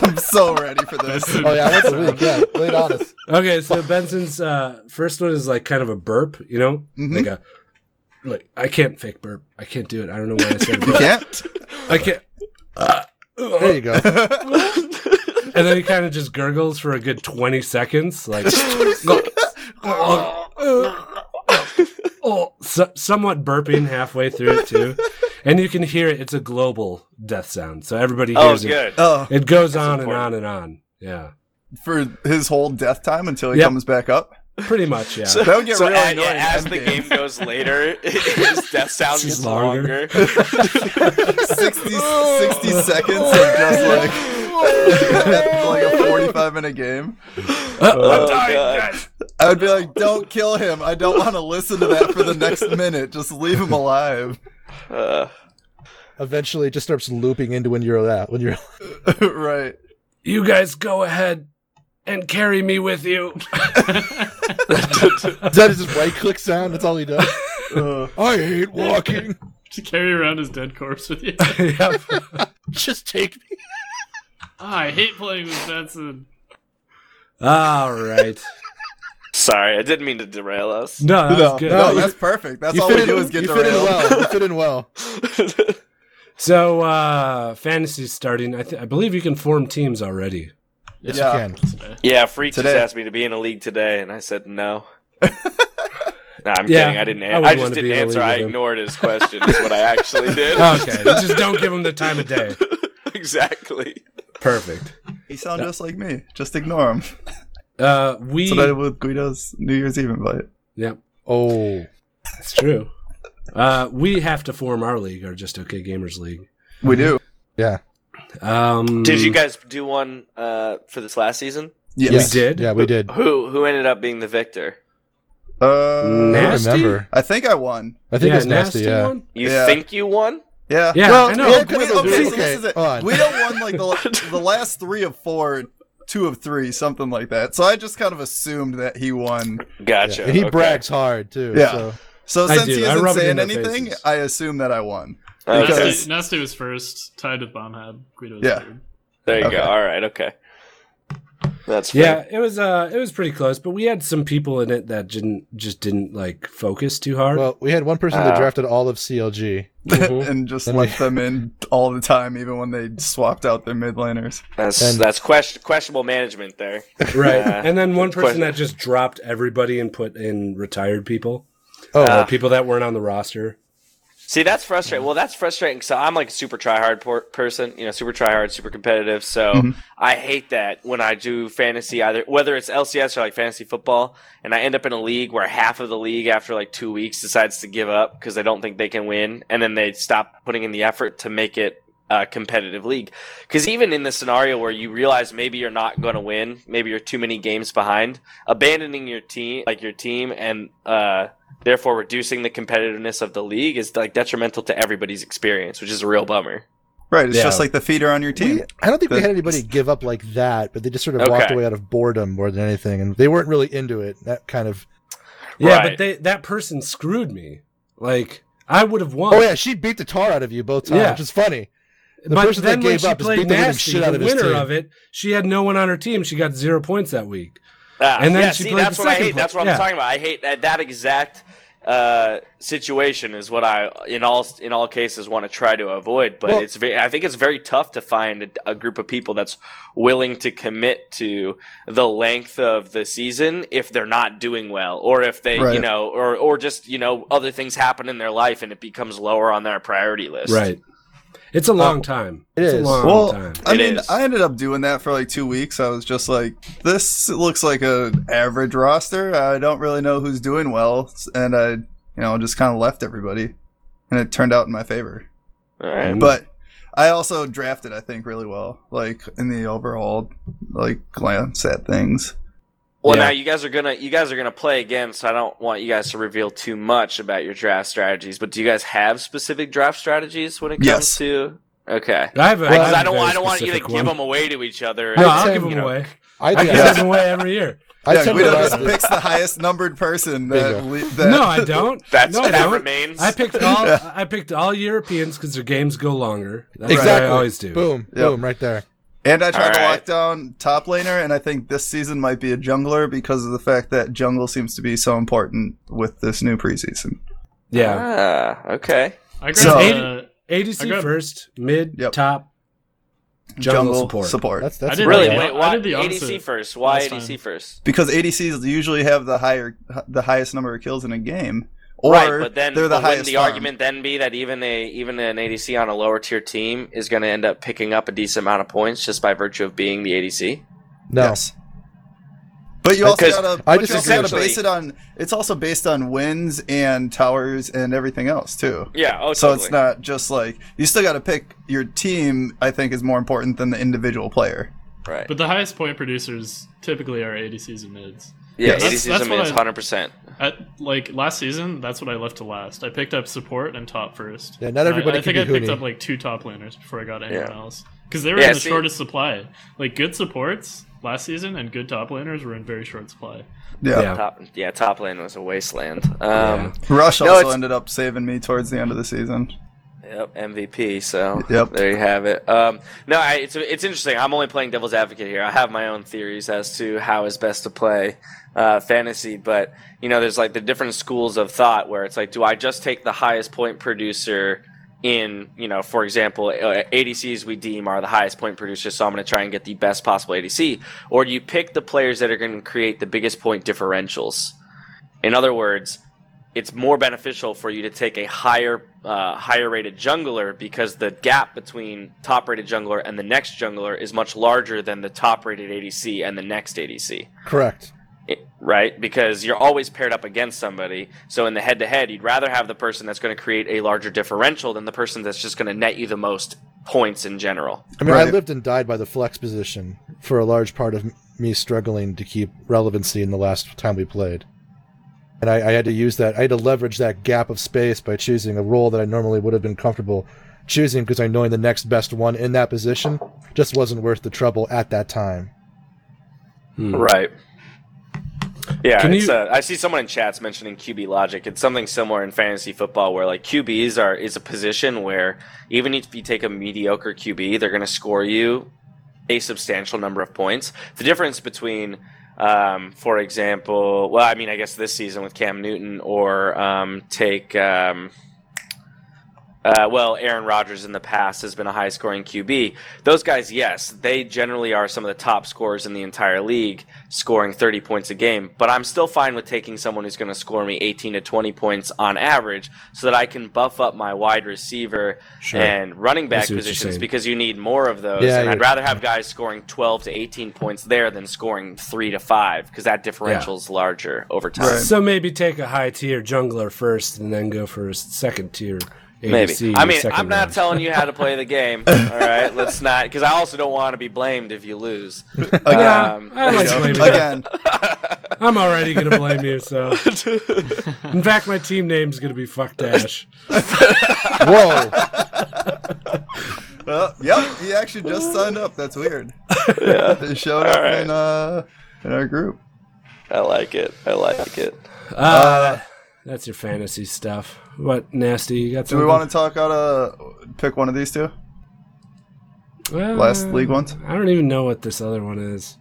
I'm so ready for this.
Oh yeah, I want the leak. Yeah, lay it on us.
Okay, so Benson's uh, first one is like kind of a burp, you know,
Mhm.
like a like I can't fake burp. I can't do it. I don't know why I said
You
burp.
can't.
I can't. uh,
There you go.
And then he kind of just gurgles for a good twenty seconds, like oh, so, somewhat burping halfway through it too, and you can hear it. It's a global death sound, so everybody
Oh,
hears it.
good.
Oh,
It goes on
important.
and on and on. Yeah,
for his whole death time until he
Yep.
comes back up.
pretty much. Yeah.
That would get
so
really
a-
annoying.
as
in
the
Endgame.
game goes later, his death sound
This is
gets
longer.
longer.
60, 60 seconds of just like like a 45 minute game.
Uh,
Oh, God.
I would be like, don't kill him. I don't want to listen to that for the next minute. Just leave him alive.
Uh,
Eventually, it just starts looping into when you're out. When you're
right.
you guys go ahead and carry me with you.
is that his right click sound? That's all he does.
Uh,
I hate walking.
To carry around his dead corpse with you.
Yep.
Just take me.
Ah, I hate playing with Benson.
All right.
sorry, I didn't mean to derail us.
No, that's
No,
good.
No,
you-
that's perfect. That's
you
all
fit
we
in,
do is get
you fit in
derailed.
well. You fit in well.
So, uh, fantasy's starting. I, th- I believe you can form teams already.
Yes,
Yeah.
you can.
yeah, Freak just
Today.
asked me to be in a league today, and I said no. Nah, I'm
Yeah,
kidding. I didn't.
I
An-
wouldn't
I,
wanna be
just didn't
in a
answer.
league
I
with him. Oh.
ignored his question. is what I actually did.
Okay, just don't give them the time of day.
exactly.
Perfect.
He sounds just like me. Just ignore him.
Uh, we.
So that did with Guido's New Year's Eve invite.
yep,
Oh,
it's true. Uh, we have to form our league, our Just Okay Gamers League.
We do.
yeah.
Um,
Did you guys do one uh, for this last season?
Yes.
We did.
Yeah, we did.
Who who ended up being the victor?
Uh,
I
Nasty?
don't remember.
I think I won.
I think
yeah,
it's nasty. yeah.
one?
You
Yeah.
think you won?
Yeah.
Yeah,
Well,
I know.
yeah,
Well, Guido,
Okay,
okay, so
okay,
this is it.
hold on.
Guido won like the, la- the last three of four, two of three, something like that. So I just kind of assumed that he won.
Gotcha.
And he
okay.
brags hard too.
Yeah.
So.
So
I
since
do.
he
I
isn't
rub it in
saying
their
anything,
faces.
I assume that I won.
Okay.
Because-
Nasty, Nasty was first, tied with Bombhead. Guido was
Yeah.
third.
There you
Okay.
go. All right. Okay. That's fair.
Yeah, it was uh, it was pretty close, but we had some people in it that didn't just didn't like focus too hard.
Well, we had one person that
Uh,
drafted all of CLG.
Mhm.
Ah. and just
And
let them in all the time, even when they swapped out their mid laners.
That's
And-
that's question, questionable management there.
Right.
Yeah.
and then one
Good
person
question.
that just dropped everybody and put in retired people
Oh,
or
Ah.
people that weren't on the roster.
See, that's frustrating. Well, that's frustrating. So I'm like a super try hard por- person, you know, super try hard, super competitive. So I hate that when I do fantasy, either whether it's LCS or like fantasy football, and I end up in a league where half of the league after like two weeks decides to give up because they don't think they can win, and then they stop putting in the effort to make it a competitive league. Because even in the scenario where you realize maybe you're not going to win, maybe you're too many games behind, abandoning your team, like your team, and uh, therefore reducing the competitiveness of the league is like detrimental to everybody's experience, which is a real bummer.
Right. It's
Yeah.
just like the feeder on your team.
We- I don't think we
The-
had anybody give up like that, but they just sort of walked
Okay.
away out of boredom more than anything, and they weren't really into it. That kind of.
Yeah, but
Right.
they that person screwed me. Like I would have won.
Oh yeah, she beat the tar out of you both times,
Yeah.
which is funny. The
but
person
then
that
when
gave
she
up is
played
beat the living
nasty,
shit out
the
of his
winner
team.
of it, she had no one on her team. She got zero points that week.
Ah,
And then
yeah,
she
see,
played
that's
the
what I
second
hate.
play-
That's what
yeah.
I'm talking about. I hate that, that exact uh, situation is what I in all in all cases want to try to avoid. But
Well-
it's very, I think it's very tough to find a, a group of people that's willing to commit to the length of the season if they're not doing well, or if they you
Right.
know, or or just you know other things happen in their life and it becomes lower on their priority list.
Right. It's a long time.
Oh, it
it's a
is.
long
Well,
time.
I
It
mean,
is.
I ended up doing that for like two weeks. I was just like, this looks like an average roster. I don't really know who's doing well, and I, you know, just kind of left everybody, and it turned out in my favor.
All right.
But I also drafted, I think, really well, like in the overall, like glance at things.
Well,
Yeah.
now you guys are gonna you guys are gonna play again, so I don't want you guys to reveal too much about your draft strategies. But do you guys have specific draft strategies when it comes
Yes.
to? Okay,
I have. a-
Well,
because
have
I
a
don't
very
want I don't want you to
specific one.
give them away to each other.
No,
and,
I'll
I'd
give
you
them
know,
away.
I
I
think
give
Yeah.
them away every year.
I
yeah,
tend
Guido
to
just
like-
picks the highest numbered person. That,
Bingo.
le- that
No, I don't.
That's
no, I
that
don't.
remains.
I picked all. I picked all Europeans because their games go longer. That's what
exactly.
I always do.
Boom, boom, right there.
And I tried to
Alright.
lock down top laner, and I think this season might be a jungler because of the fact that jungle seems to be so important with this new preseason.
Yeah.
Ah, okay.
I grabbed
So-
uh,
ADC
I got-
first, mid,
Yep.
top, jungle, support.
That's that's
I didn't
Really?
Yeah. I
Wait, why
did the
ADC
opposite
first? Why
last
ADC
time.
first?
because ADCs usually have the higher the highest number of kills in a game, or
right, but then
they're the
but wouldn't
highest.
the
farm.
argument then be that even a even an ADC on a lower tier team is going to end up picking up a decent amount of points just by virtue of being the ADC?
no.
Yes. But you also
Because
gotta,
I
but you also
disagree.
gotta base it on. It's also based on wins and towers and everything else too.
Yeah. Oh,
So it's not just like you still got to pick your team. I think is more important than the individual player.
right.
But the highest point producers typically are ADCs and mids.
Yeah, ADCs
Yes.
That's-
and
that's
mids,
what I-
hundred percent.
At like last season, that's what I left to last. I picked up support and top first.
Yeah, not
And I-
everybody
I,
can
think
be
I picked
Huni.
up like two top laners before I got anyone
Yeah.
else because they were
Yeah,
in the
see-
shortest supply. Like good supports last season and good top laners were in very short supply.
Yeah.
Yeah.
Top, yeah, top lane was a wasteland.
Yeah.
Um,
Rush
No,
also
it's-
ended up saving me towards the end of the season.
Yep, MVP. So
Yep.
there you have it. Um, no, I, it's it's interesting. I'm only playing devil's advocate here. I have my own theories as to how is best to play uh, fantasy, but you know, there's like the different schools of thought where it's like, do I just take the highest point producer? In you know, for example, uh, ADCs we deem are the highest point producers, so I'm going to try and get the best possible ADC. Or do you pick the players that are going to create the biggest point differentials? In other words, it's more beneficial for you to take a higher uh, higher rated jungler because the gap between top rated jungler and the next jungler is much larger than the top rated ADC and the next ADC.
Correct.
It- right? Because you're always paired up against somebody. So in the head to head, you'd rather have the person that's going to create a larger differential than the person that's just going to net you the most points in general.
I mean, I
Right.
lived and died by the flex position for a large part of m- me struggling to keep relevancy in the last time we played. And I, I had to use that, I had to leverage that gap of space by choosing a role that I normally would have been comfortable choosing because I knowing the next best one in that position just wasn't worth the trouble at that time.
Hmm.
Right. Yeah,
Can
it's,
you-
uh, I see someone in chats mentioning QB logic. It's something similar in fantasy football where like QBs are is a position where even if you take a mediocre QB, they're going to score you a substantial number of points. The difference between, um, for example, well, I mean, I guess this season with Cam Newton or um, take. Um, uh, well, Aaron Rodgers in the past has been a high scoring QB. Those guys, yes, they generally are some of the top scorers in the entire league, scoring 30 points a game. But I'm still fine with taking someone who's going to score me 18 to 20 points on average so that I can buff up my wide receiver
Sure.
and running
I
back
see what you're
positions
saying.
because you need more of those.
Yeah,
and I'd
you're-
rather have guys scoring 12 to 18 points there than scoring 3 to 5 because that differential's larger over time.
Right.
So maybe take a high tier jungler first, and then go for a s- second tier.
Maybe.
ADC
I mean,
second
I'm not
round.
telling you how to play the game. All right, let's not, because I also don't want to be blamed if you lose.
Again,
I like
you know,
blaming.
again,
I'm already gonna blame you. So, in fact, my team name's gonna be Fuck Dash.
Whoa.
Well, Oh, yep, he actually just signed up. That's weird. yeah. They showed up
Alright.
in, uh, in our group.
I like it. I like it.
Uh, that's your fantasy stuff. What nasty? You got
Do
something?
we want to talk out a pick one of these two?
Uh,
Last league ones?
I don't even know what this other one is.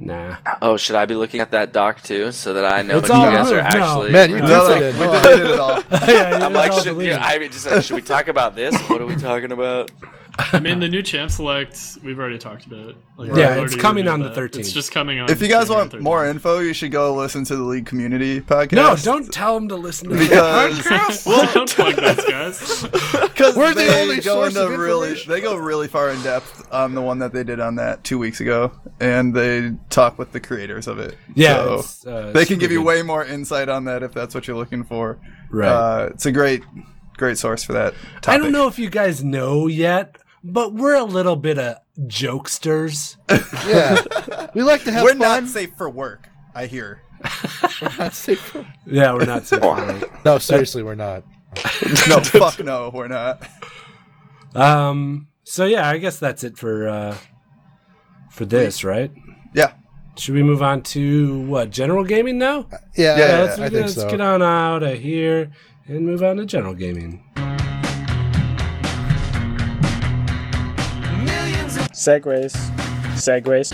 Nah.
Oh, should I be looking at that doc too, so that I know
It's
what you
all
guys are
moved, no.
actually?
Man, you
we're
did
doing?
so
we
good.
did,
Hold
we did it all.
Yeah,
I'm like, should, yeah, I mean, just like, should we talk about this? What are we talking about?
I mean, the new champ select, we've already talked about it. Like,
Yeah,
we've
it's
already
coming
reviewed
on the
that.
13th.
It's just coming on.
If you guys
January
want
13th.
more info, you should go listen to the League Community podcast.
no, don't tell him to listen to
Because-
the
well, don't plug those guys.
Because
We're the
they
only
go
source
into
of
really,
information.
they go really far in depth on the one that they did on that two weeks ago, and they talk with the creators of it.
Yeah,
So
it's, uh,
they
it's
can give
pretty
you
good.
way more insight on that if that's what you're looking for.
Right.
uh, it's a great, great source for that. Topic.
I don't know if you guys know yet, but we're a little bit of jokesters.
Yeah. We like to have
We're
fun.
not safe for work. I hear.
Not safe.
Yeah, we're not so funny.
No, seriously, we're not.
No, fuck no, we're not.
Um. So yeah, I guess that's it for uh, for this, right?
Yeah.
Should we move on to what general gaming now?
Yeah,
Yeah,
let's
I think
let's
so.
get on out of here and move on to general gaming.
Segways. Segways.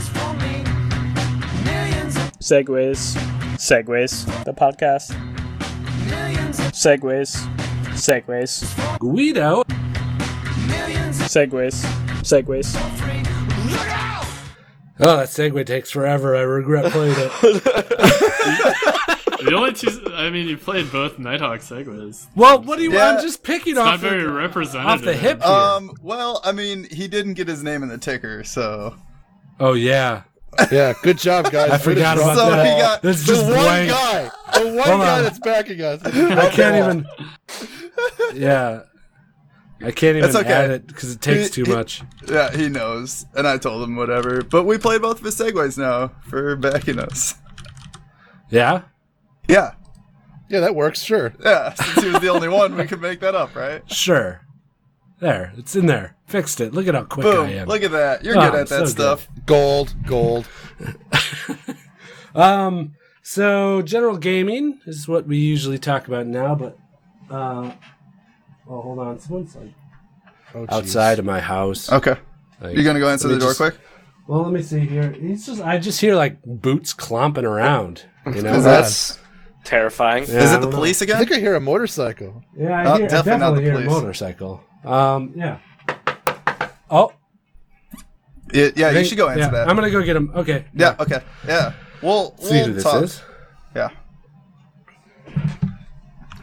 Segways. Segways. The podcast. Segways. Segways.
Guido.
Segways. Segways.
Oh, that segue takes forever. I regret playing it.
The only two. I mean, you played both Nighthawk segues.
well, what do you?
Yeah.
I'm just picking
Not
off
very
the,
representative.
off the hip. Here.
Um. Well, I mean, he didn't get his name in the ticker, so
oh yeah.
Yeah, good job, guys.
I forgot
so
about
he
that.
got.
That's
the
just
one
blank.
guy. The one
Hold
guy
on.
that's backing us.
I can't even. Yeah. I can't even
That's okay.
add it because it takes too
It- it-
much.
Yeah, he knows, and I told him whatever. But we play both of his segues now for backing us.
Yeah.
Yeah,
Yeah, that works. Sure.
yeah. Since he was the only one, we could make that up, right?
Sure. There, it's in there. Fixed it. Look at how quick I
Boom!
am.
Look at that. You're
Oh,
good at that
so
stuff.
Gold, gold.
Um, so general gaming is what we usually talk about now, but uh, oh, hold on, someone's like
Oh, jeez.
outside of my house.
Okay,
Like,
Oh, you gonna go answer
let
the
me
door
just-
quick?
Well, let me see here. He's just I just hear like boots clomping around. You know,
Is that-
That's terrifying.
Yeah,
Is
I
it the
don't know.
police
I
again?
think I hear a motorcycle.
Yeah, I
Uh,
hear, I
definitely not
definitely
the
hear a
police.
motorcycle. Um, yeah. Oh,
Yeah, yeah, you should go answer
yeah,
that.
I'm gonna go get him. Okay.
yeah. Okay. Yeah. We'll,
See who
we'll
this
talk.
is.
Yeah.
Are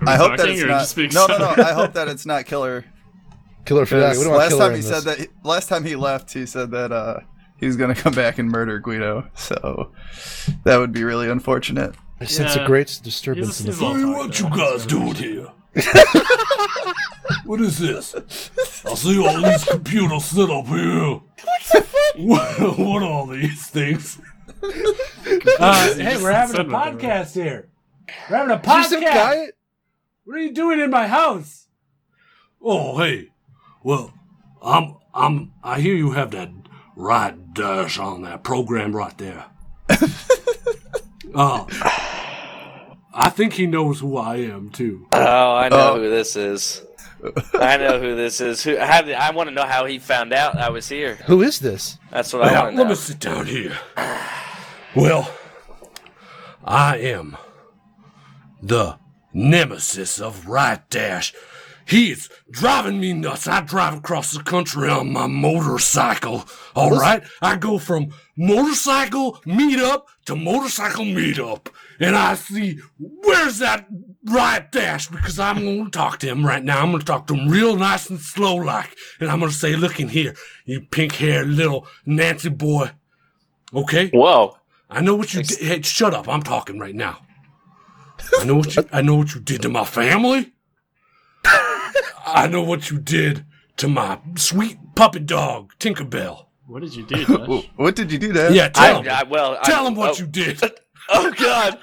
we
I hope that
talking
it's
or
not.
just being
No, no, no.
silent?
I hope that it's not killer.
Killer for that. We don't want
Last
killer
time
in
he
this.
said that. Last time he left, he said that uh, he was gonna come back and murder Guido. So that would be really unfortunate.
I sense a
Yeah.
great
He's
disturbance
a-
in the
he's all talked
what you
about.
guys doing here? what is this? I see all these computers set up here. What, what are all these things?
Uh, hey, we're having a
said nothing, right?
podcast here. We're having a
There's some
podcast.
guy.
What are you doing in my house?
Oh, hey. Well, I'm I'm I hear you have that right dash on that program right there. uh, I think he knows who I am too.
Oh, I know
Oh.
who this is. I know who this is. Who? How did, I want to know how he found out I was here.
Who is this?
That's what I
Now,
want to
let
know.
me sit down here. Well, I am the nemesis of Right Dash. He's driving me nuts. I drive across the country on my motorcycle. All right, I go from motorcycle meetup to motorcycle meetup, and I see where's that Right Dash because I'm going to talk to him right now. I'm going to talk to him real nice and slow like, and I'm going to say, "Look in here, you pink-haired little Nancy boy. Okay,
Whoa.
I know what you did. Hey, shut up. I'm talking right now. I know what you, I know what you did to my family. I know what you did to my sweet puppy dog, Tinkerbell.
What did you do? Josh?
What did you do, Dad?
Yeah,
I,
tell him.
I, well,
tell
I,
him what
oh,
you did.
Oh God!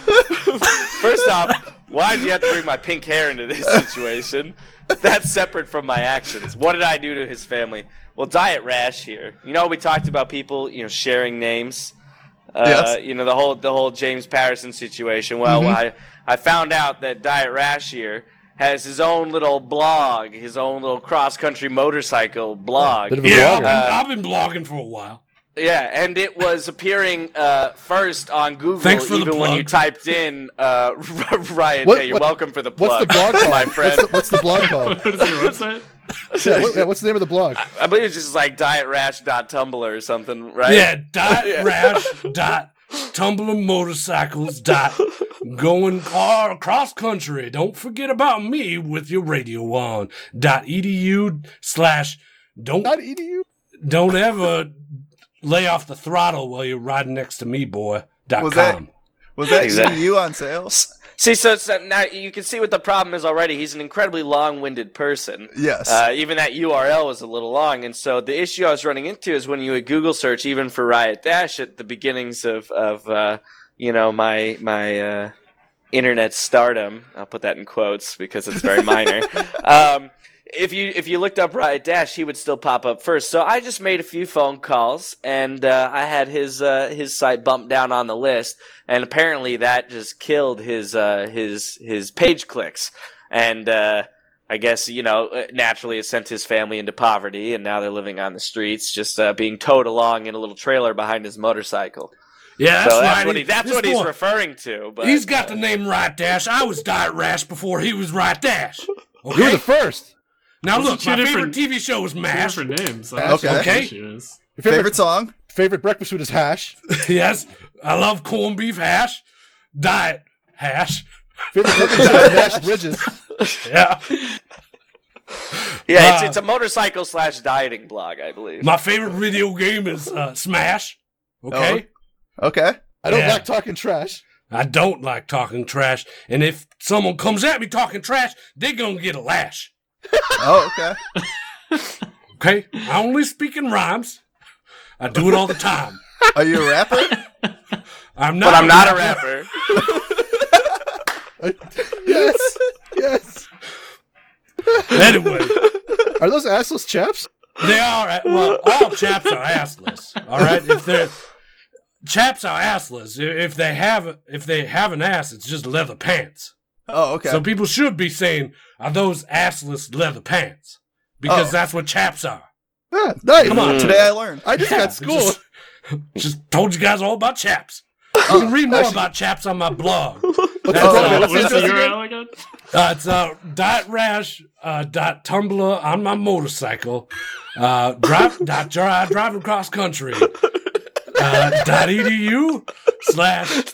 First off, why do you have to bring my pink hair into this situation? That's separate from my actions. What did I do to his family? Well, diet rash here. You know, we talked about people, you know, sharing names. Uh,
Yes.
You know the whole the whole James Patterson situation. Well,
Mm-hmm.
Mhm.
I I found out that Diet Rash here has his own little blog, his own little cross country motorcycle blog.
Bit of a
Yeah,
blogger.
I've been,
Uh,
I've been blogging for a while.
Yeah, and it was appearing uh, first on Google,
Thanks for the
even when
plug.
you typed in uh, Ryan.
What-
Day. you're
what-
welcome for the
What's the
plug,
blog called?
my
What's
friend.
the, what's the blog called?
What is your website?
Yeah, what- yeah, what's the name of the blog?
I believe it's just like dietrash.tumblr or something, right?
Yeah, dot
Yeah.
rash dot tumbling motorcycles dot going car cross country. Don't forget about me with your radio on dot
E
edu slash don't
Not edu.
don't ever lay off the throttle while you're riding next to me, boy. Dot
Was that-
com.
Was that
Exactly.
you on sale?
See, so, so now you can see what the problem is already. He's an incredibly long-winded person.
Yes.
Uh, even that URL was a little long, and so the issue I was running into is when you would Google search, even for Riot Dash, at the beginnings of of uh, you know my my uh, internet stardom. I'll put that in quotes because it's very minor. um, if you if you looked up Riot Dash, he would still pop up first. So I just made a few phone calls, and uh, I had his uh, his site bumped down on the list, and apparently that just killed his uh, his his page clicks, and. Uh, I guess you know uh, naturally it sent his family into poverty, and now they're living on the streets, just uh, being towed along in a little trailer behind his motorcycle.
Yeah, that's,
so that's
right.
what he, that's
This
what he's
boy-
referring to. But
He's got the name Right Dash. I was Diet Rash before he was Right Dash.
You were
Okay.
the first.
now
Those are
look,
two
my favorite
different-
TV show is MASH.
Different names.
Okay.
okay.
Okay.
Your favorite,
Favorite
favorite
song?
breakfast food is hash.
yes, I love corned beef hash, diet hash.
Favorite breakfast food is mashed bridges.
Yeah.
yeah, it's,
uh,
it's a motorcycle slash dieting blog, I believe.
My favorite video game is uh, Smash.
Uh-huh.
Okay.
Oh, Okay.
I don't
Yeah.
like talking trash.
I don't like talking trash, and if someone comes at me talking trash, they gonna get a lash.
Oh, okay.
Okay? I only speak in rhymes. I do it all the time.
Are you a rapper?
I'm not
but I'm not a rapper.
I- yes, yes.
Anyway.
Are those assless chaps?
They are. Well, all chaps are assless. All right. If they're chaps are assless. I- If they have if they have an ass, it's just leather pants.
Oh, okay.
So people should be saying, "Are those assless leather pants?" Because
Oh.
that's what chaps are.
Yeah, nice.
Come on.
Today I learned.
I just
Yeah,
got school.
Just, just told you guys all about chaps. You can read more about chaps on my blog. That's,
Oh,
uh,
What's
What's the
this again?
URL again?
Uh, it's uh, dot rash uh, dot tumblr on my motorcycle. Uh, drive dot drive driving cross country. Uh, dot edu slash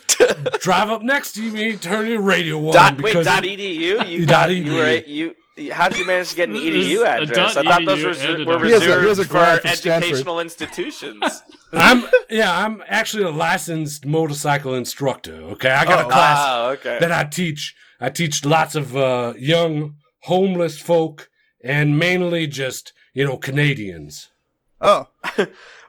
drive up next to me. Turn your radio on
dot, wait,
because
dot E edu. You
Dot E
got, You were
EDU.
you. How did you manage to get an edu
There's a
address? I
dot
thought those
EDU
were,
and a
were
dot- E He has
a- he has a
reserved for
grant from Stanford.
educational institutions.
I'm yeah I'm actually a licensed motorcycle instructor. Okay, I got a Oh, class
Ah, okay.
that I teach. I teach lots of uh, young homeless folk and mainly just you know Canadians.
Oh,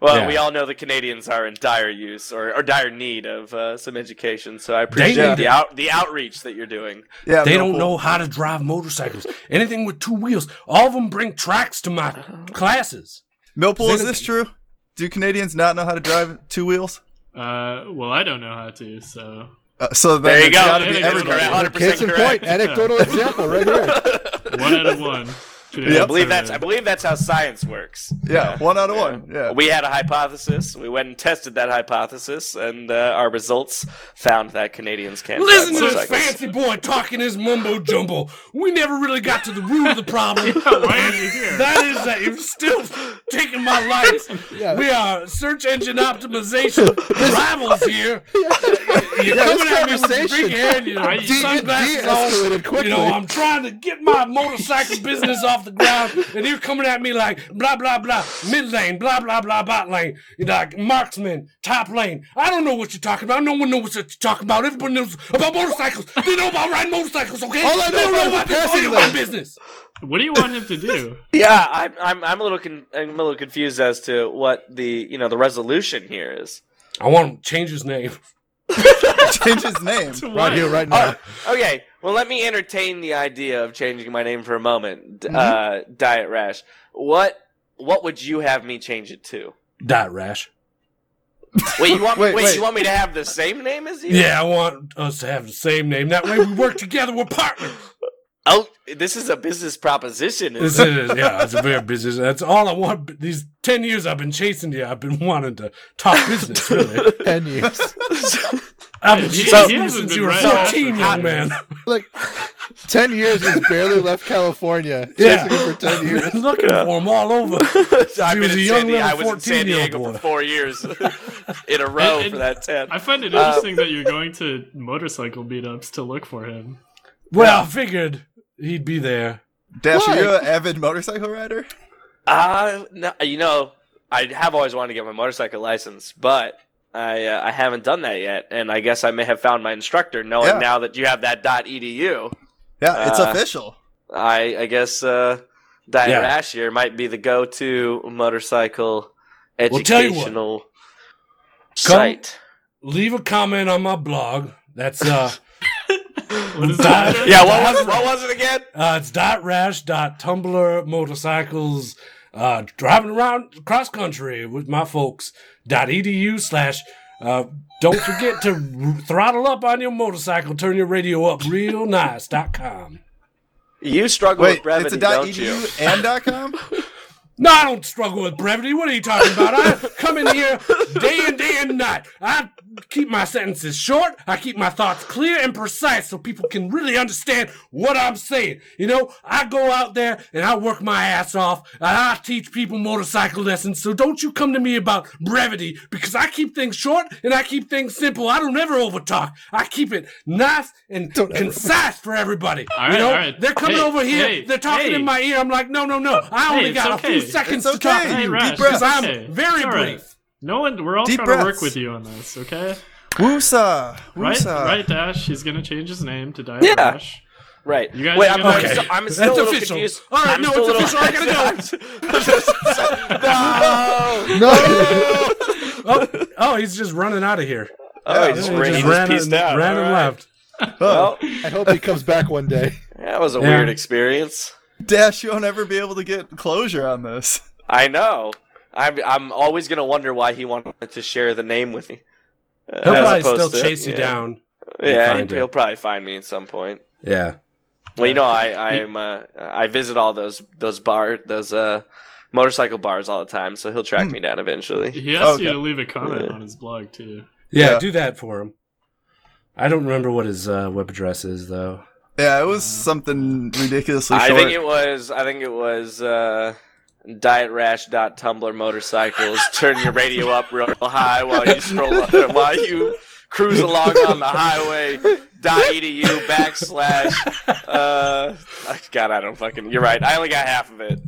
Well,
Yeah.
we all know the Canadians are in dire use or, or dire need of uh, some education, so I
need
appreciate the
it.
out, the outreach that you're doing.
yeah.
They
no
don't
cool.
know how to drive motorcycles. Anything with two wheels. All of them bring tracks to my classes.
Millpool, is
They-
this true? Do Canadians not know how to drive two wheels?
Uh, well, I don't know how to, so
Uh, so then
There you
it's
go.
gotta be
There you go.
everybody.
Correct.
100%
Case in
correct.
point, anecdotal example right here.
one out of one.
I believe that's I believe that's how science works. Uh,
Yeah, one out of one. Yeah.
We had a hypothesis. We went and tested that hypothesis, and uh, our results found that Canadians can't
Listen
drive
to this
motorcycles.
fancy boy talking his mumbo jumbo. We never really got to the root of the problem.
why are you here?
That is that you're still taking my life.
Yeah.
We are search engine optimization rivals here. You're
Yeah,
coming at me
this
with your
conversation-
big hair and your
you-
sunglasses
de-escalated
on.
quickly.
You know, I'm trying to get my motorcycle business off the ground, and you're coming at me like blah blah blah mid lane, blah blah blah bot lane, you're like marksman, top lane. I don't know what you're talking about. No one knows what you're talking about. Everybody knows about motorcycles. They know about riding motorcycles. Okay,
All I know
they don't
about is
about this
passing
audio
lane.
business.
What do you want him to do?
Yeah, I'm, I'm I'm a little con- I'm a little confused as to what the you know the resolution here is.
I want him to change his name.
Change his name.
Right here, right now.
Uh, okay, well, let me entertain the idea of changing my name for a moment. D- Uh, Diet Rash. What What would you have me change it to?
Dot rash.
Wait, you want
Wait,
wait,
wait.
you want me to have the same name as you?
Yeah, I want us to have the same name. That way we work together. We're partners.
Oh, this is a business proposition.
This
Is
is, yeah, it's a very business. That's all I want. These 10 years I've been chasing you, I've been wanting to talk business, really.
Ten years.
I've been
He- he
chasing you
hasn't
since
been
you were
right after
14, young
college.
man.
like ten years has barely left California.
Yeah.
Chasing him for ten years.
looking for him all over.
I've
She
been
was
in
a young
San Di-
little
I was in San
14-year-old
Diego
boy.
for four years in a row
And-
for that ten.
I find it interesting that you're going to motorcycle meetups to look for him.
Well, I figured he'd be there.
Dash,
Why?
are you an avid motorcycle rider?
Uh, no, you know, I have always wanted to get my motorcycle license, but I uh, I haven't done that yet, and I guess I may have found my instructor. Knowing
Yeah.
now that you have that dot E .edu,
Yeah, it's
Uh,
official.
I I guess uh, Diet
Yeah.
Rash here might be the go-to motorcycle
Well, tell you what.
educational
Come-
site.
Leave a comment on my blog. That's, uh,
What is that?
Dot-
Yeah, what was what was it again?
Uh, it's dot rash dot Tumblr motorcycles uh, driving around cross country with my folks dot edu slash. Uh, don't forget to r- throttle up on your motorcycle. Turn your radio up real nice. dot com.
You struggle
Wait,
with brevity,
it's a
don't you?
.edu and dot .com?
No, I don't struggle with brevity. What are you talking about? I come in here day in, day and night. I keep my sentences short. I keep my thoughts clear and precise so people can really understand what I'm saying. You know, I go out there and I work my ass off and I teach people motorcycle lessons. So don't you come to me about brevity because I keep things short and I keep things simple. I don't ever overtalk. I keep it nice and concise for everybody.
All right,
you know,
all right.
they're coming
Hey,
over here.
hey,
they're talking
hey.
in my ear. I'm like, no, no, no. I
Hey,
only
it's
got a few
okay.
seconds
It's
to talk
okay.
to
Hey,
you
Rash,
it's
because I'm
okay.
very
It's all right.
brief.
No one. We're all
Deep
trying to work
breaths.
with you on this, okay?
Woosa.
Right,
Woosa.
right. Dash. He's gonna change his name to Diet
Yeah.
Dash.
Right.
You guys-
Wait,
you
I'm,
guys-
I'm
Okay.
so- I'm still
That's
a little
official.
confused.
All right,
I'm
no,
still
it's
a little-
official. I
gotta go. no.
No.
Oh, oh, he's just running out of here.
Oh, he just,
He
ran,
just
he
ran,
just pieced
and,
out.
ran
All
and
right.
left.
Oh,
Well,
I hope he comes back one day.
that was a
Yeah.
weird experience.
Dash, you won't ever be able to get closure on this.
I know. I'm I'm always gonna wonder why he wanted to share the name with me. Uh,
He'll
as
probably
opposed
still
to-
chase you
yeah.
down.
Yeah,
find
he'll,
it.
probably find me at some point.
Yeah.
Well, you know, I I'm uh, I visit all those those bar those uh motorcycle bars all the time, so he'll
Hmm.
track me down eventually.
He asked you
Okay.
to leave a comment
Yeah.
on his blog too.
yeah,
Yeah.
Do that for him. I don't remember what his uh, web address is though.
Yeah, it was
Mm.
something ridiculously
I
short.
think it was I think it was uh dietrash.tumblr motorcycles. Turn your radio up real high while you stroll while you cruise along on the highway. Dot edu backslash uh God I don't fucking you're right. I only got half of it.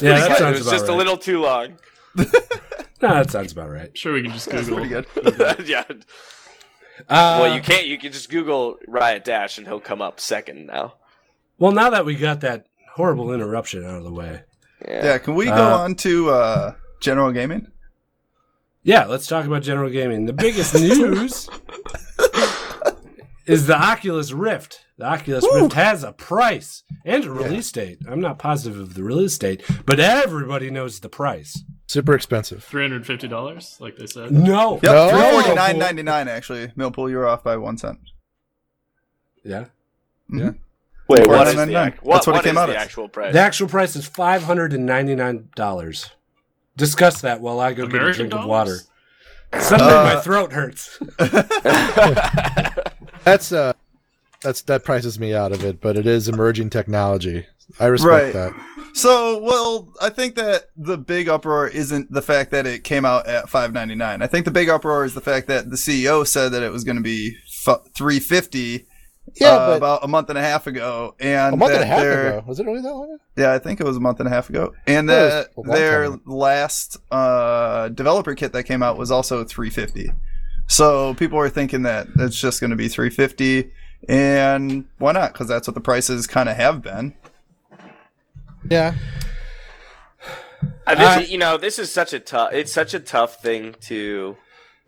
yeah, that
it
sounds
was
about
just
right.
a little too long.
No, that sounds about right.
Sure, we can just
That's
Google.
pretty good.
yeah.
Uh,
Well you can't you can just Google Riot Dash and he'll come up second now.
well, now that we got that horrible interruption out of the way,
Yeah, can we go
Uh,
on to uh, general gaming?
Yeah, let's talk about general gaming. The biggest news is the Oculus Rift. The Oculus Rift has a price and a release date. I'm not positive of the release date, but everybody knows the price.
Super expensive.
Three hundred fifty dollars, like they said.
No.
Yep,
No.
three forty nine ninety nine. Actually, Millpool, you're off by one cent.
Yeah.
Wait,
Four
what
nine
is the,
nine nine.
ac- what,
That's what it
what is
came out
the
as.
actual price?
The actual price is $599. Discuss that while I go get a
American
drink of
dollars?
water. Suddenly my throat hurts.
That's uh, that's that prices me out of it, but it is emerging technology. I respect
Right.
that.
So, well, I think that the big uproar isn't the fact that it came out at five ninety nine. I think the big uproar is the fact that the CEO said that it was going to be f- three fifty
Yeah,
uh,
but
about a month and a half ago, and
a month
that
and a half
they're-
ago was it really that long? ago?
Yeah, I think it was a month and a half ago. And
That was
that
a long
their
time ago.
last uh, developer kit that came out was also 350. So people are thinking that it's just going to be 350, and why not? Because that's what the prices kind of have been.
Yeah,
Uh, this
Uh,
is- you know, this is such a tough. It's such a tough thing to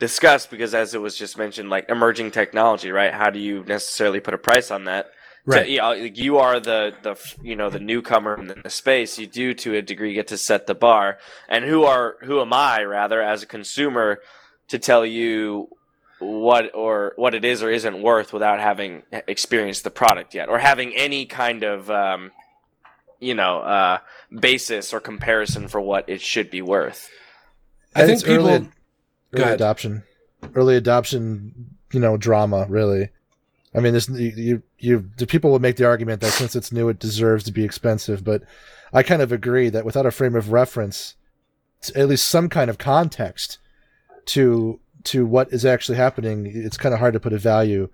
discuss because, as it was just mentioned, like emerging technology, right? How do you necessarily put a price on that?
Right.
To, you, know, like, you are the the f- you know the newcomer in the space. You do to a degree get to set the bar, and who are who am I rather as a consumer to tell you what or what it is or isn't worth without having experienced the product yet or having any kind of um, you know uh, basis or comparison for what it should be worth.
I
And
think
it's early-
people. Go
early
ahead.
adoption, early adoption, you know, drama. Really, I mean, this you- you you the people would make the argument that since it's new, it deserves to be expensive. But I kind of agree that without a frame of reference, t- at least some kind of context to to what is actually happening, it's kind of hard to put a value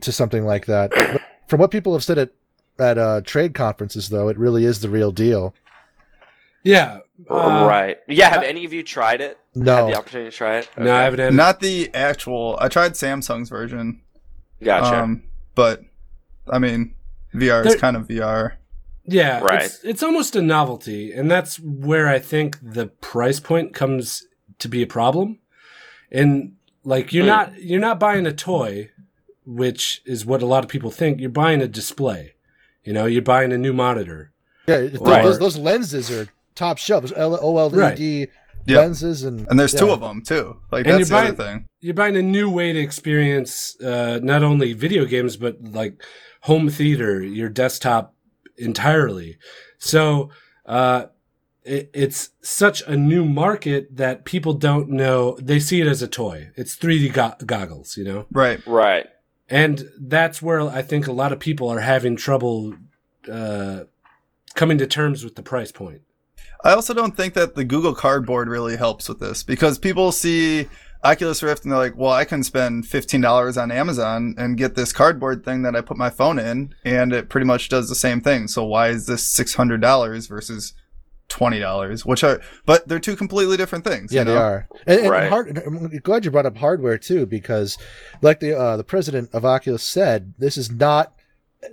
to something like that. But From what people have said at at uh, trade conferences, though, it really is the real deal.
Yeah. uh,
right. Yeah. Have any of you tried it? Had
No,
the opportunity to try it?
No, I haven't had.
Not the actual. I tried Samsung's version.
Gotcha.
Um, but I mean, VR is
There-
kind of VR.
Yeah,
Right.
It's, it's almost a novelty, and that's where I think the price point comes to be a problem. And like you're
Hmm.
not you're not buying a toy, which is what a lot of people think. You're buying a display. You know, you're buying a new monitor.
yeah, it-
Right.
those, those lenses are top shelf. Those L- OLED
Yeah.
lenses and
And there's two
yeah.
of them too. Like
And
that's the
you're
other thing.
You're buying a new way to experience uh, not only video games but like home theater, your desktop entirely. So uh, it, it's such a new market that people don't know. They see it as a toy. It's 3D go- goggles, you know?
Right.
right.
And that's where I think a lot of people are having trouble uh, coming to terms with the price point.
I also don't think that the Google Cardboard really helps with this because people see Oculus Rift and they're like, well, I can spend $15 on Amazon and get this cardboard thing that I put my phone in and it pretty much does the same thing. So why is this $600 versus $20? Which are, but they're two completely different things.
Yeah,
you know?
they are. And, and
Right.
hard, I'm glad you brought up hardware too, because like the uh, the president of Oculus said, this is not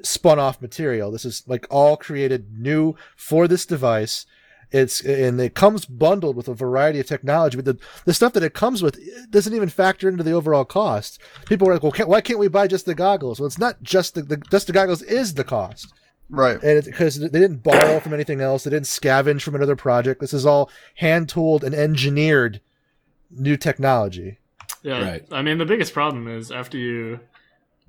spun off material. This is like all created new for this device. It's and it comes bundled with a variety of technology, but the, the stuff that it comes with eh, doesn't even factor into the overall cost. People are like, well, can't, why can't we buy just the goggles? Well, it's not just the, the just the goggles is the cost
Right.
and it's because they didn't borrow from anything else they didn't scavenge from another project this is all hand tooled and engineered new technology
Yeah.
Right.
I mean, the biggest problem is after you,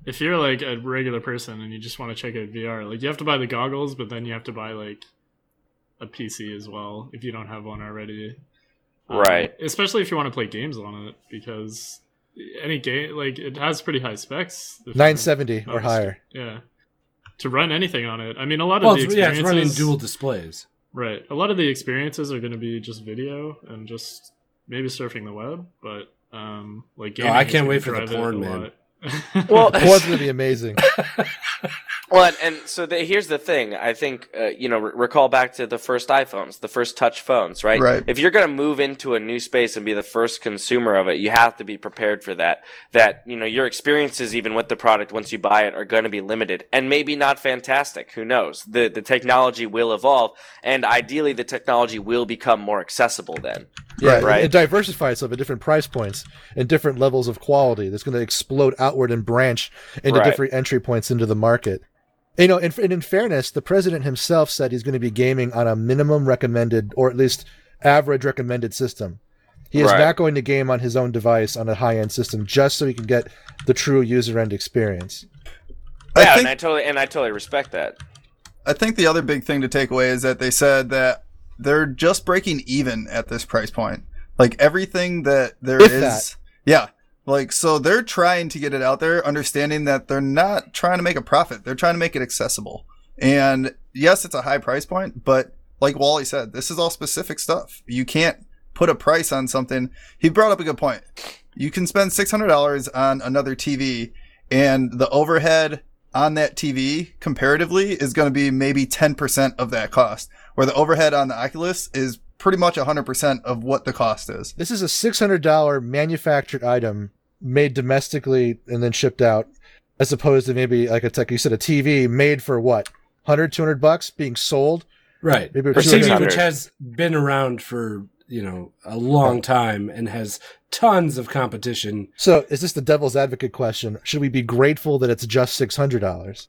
if you're like a regular person and you just want to check out VR, like you have to buy the goggles, but then you have to buy like a PC as well if you don't have one already. Um,
Right.
especially if you want to play games on it, because any game, like it has pretty high specs. if you're-
970 or
Nice.
higher
Yeah. To run anything on it. I mean, a lot
Well,
of the
it's, yeah,
experiences.
it's running dual displays.
Right. A lot of the experiences are going to be just video and just maybe surfing the web, but um, like
Oh,
gaming
I
is
can't
gonna
wait for the
drive it
porn,
a
man.
lot.
Well,
it was going to be amazing
Well, and, and so the, here's the thing. I think uh, you know. Re- recall back to the first iPhones, the first touch phones, right?
Right.
If you're going to move into a new space and be the first consumer of it, you have to be prepared for that. That you know your experiences, even with the product, once you buy it, are going to be limited and maybe not fantastic. Who knows? The the technology will evolve, and ideally, the technology will become more accessible. Then,
yeah
Right.
it-
Right.
it diversifies itself at different price points and different levels of quality that's going to explode outward and branch into
Right.
different entry points into the market you know, and, and in fairness, the president himself said he's going to be gaming on a minimum recommended, or at least average recommended system. He is
Right.
not going to game on his own device on a high end system just so he can get the true user end experience.
I
yeah,
think-
and I totally and I totally respect that.
I think the other big thing to take away is that they said that they're just breaking even at this price point. Like everything that there is,
If that.
yeah. Like so, they're trying to get it out there, understanding that they're not trying to make a profit. They're trying to make it accessible. And yes, it's a high price point, but like Wally said, this is all specific stuff. You can't put a price on something. He brought up a good point. You can spend six hundred dollars on another TV, and the overhead on that TV comparatively is going to be maybe 10% of that cost, where the overhead on the Oculus is pretty much 100% of what the cost is.
This is a $600 manufactured item made domestically and then shipped out, as opposed to maybe, like a tech, you said, a TV made for what? 100, 200 bucks being sold?
Right.
Maybe
The
$200.
For
TV,
600.
which has been around for you know a long time and has tons of competition.
So, is this the devil's advocate question? Should we be grateful that it's just six hundred dollars?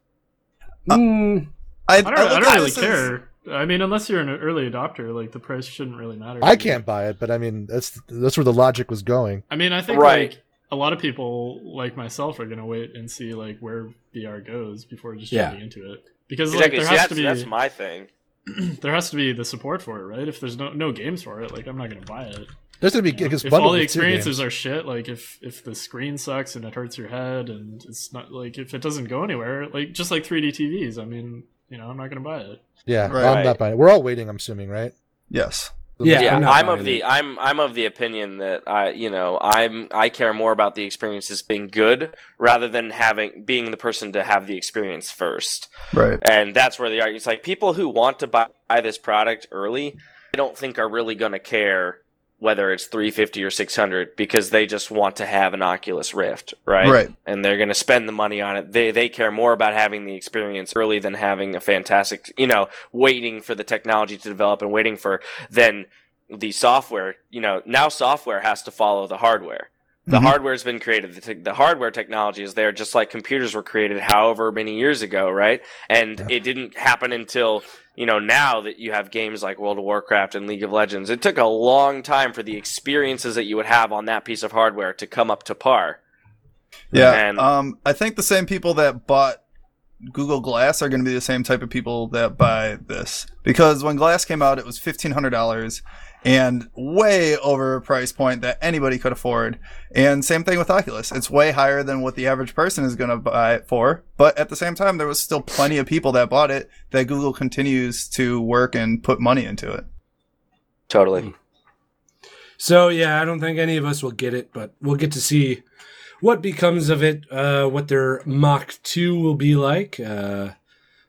Mm,
I,
I don't, I
look
don't
at
really
this as-
care. I mean, unless you're an early adopter, like the price shouldn't really matter.
I
to you.
can't buy it, but I mean, that's that's where the logic was going.
I mean, I think
Right.
like a lot of people like myself are gonna wait and see like where VR goes before just
Yeah.
jumping into it because
Exactly.
like
See,
there has
that's,
to be
that's my thing.
there has to be the support for it, right? If there's no no games for it, like I'm not gonna buy it.
There's gonna be
You know,
because
if all the experiences are shit, like if if the screen sucks and it hurts your head and it's not like if it doesn't go anywhere, like just like 3D TVs. I mean, you know, I'm not gonna buy it.
yeah,
Right.
I'm not buying it. We're all waiting. I'm assuming, right?
Yes.
yeah,
yeah,
not
I'm,
buying
of
it.
the I'm I'm of the opinion that I you know I'm I care more about the experiences being good rather than having being the person to have the experience first,
Right.
and that's where they are. It's like people who want to buy, buy this product early, I don't think are really going to care whether it's 350 or 600 because they just want to have an Oculus Rift, right?
Right.
and they're going to spend the money on it. They they care more about having the experience early than having a fantastic, you know, waiting for the technology to develop and waiting for then the software. You know, now software has to follow the hardware. The
Mhm.
hardware's been created. The, tech the hardware technology is there, just like computers were created, however many years ago, right? And it didn't happen until you know now that you have games like World of Warcraft and League of Legends. It took a long time for the experiences that you would have on that piece of hardware to come up to par.
Yeah.
And-
um, I think the same people that bought Google Glass are going to be the same type of people that buy this because when Glass came out, it was fifteen hundred dollars and way over a price point that anybody could afford. And same thing with Oculus; it's way higher than what the average person is going to buy it for. But at the same time, there was still plenty of people that bought it that Google continues to work and put money into it.
Totally.
So yeah, I don't think any of us will get it, but we'll get to see what becomes of it, uh, what their Mach Two will be like, uh,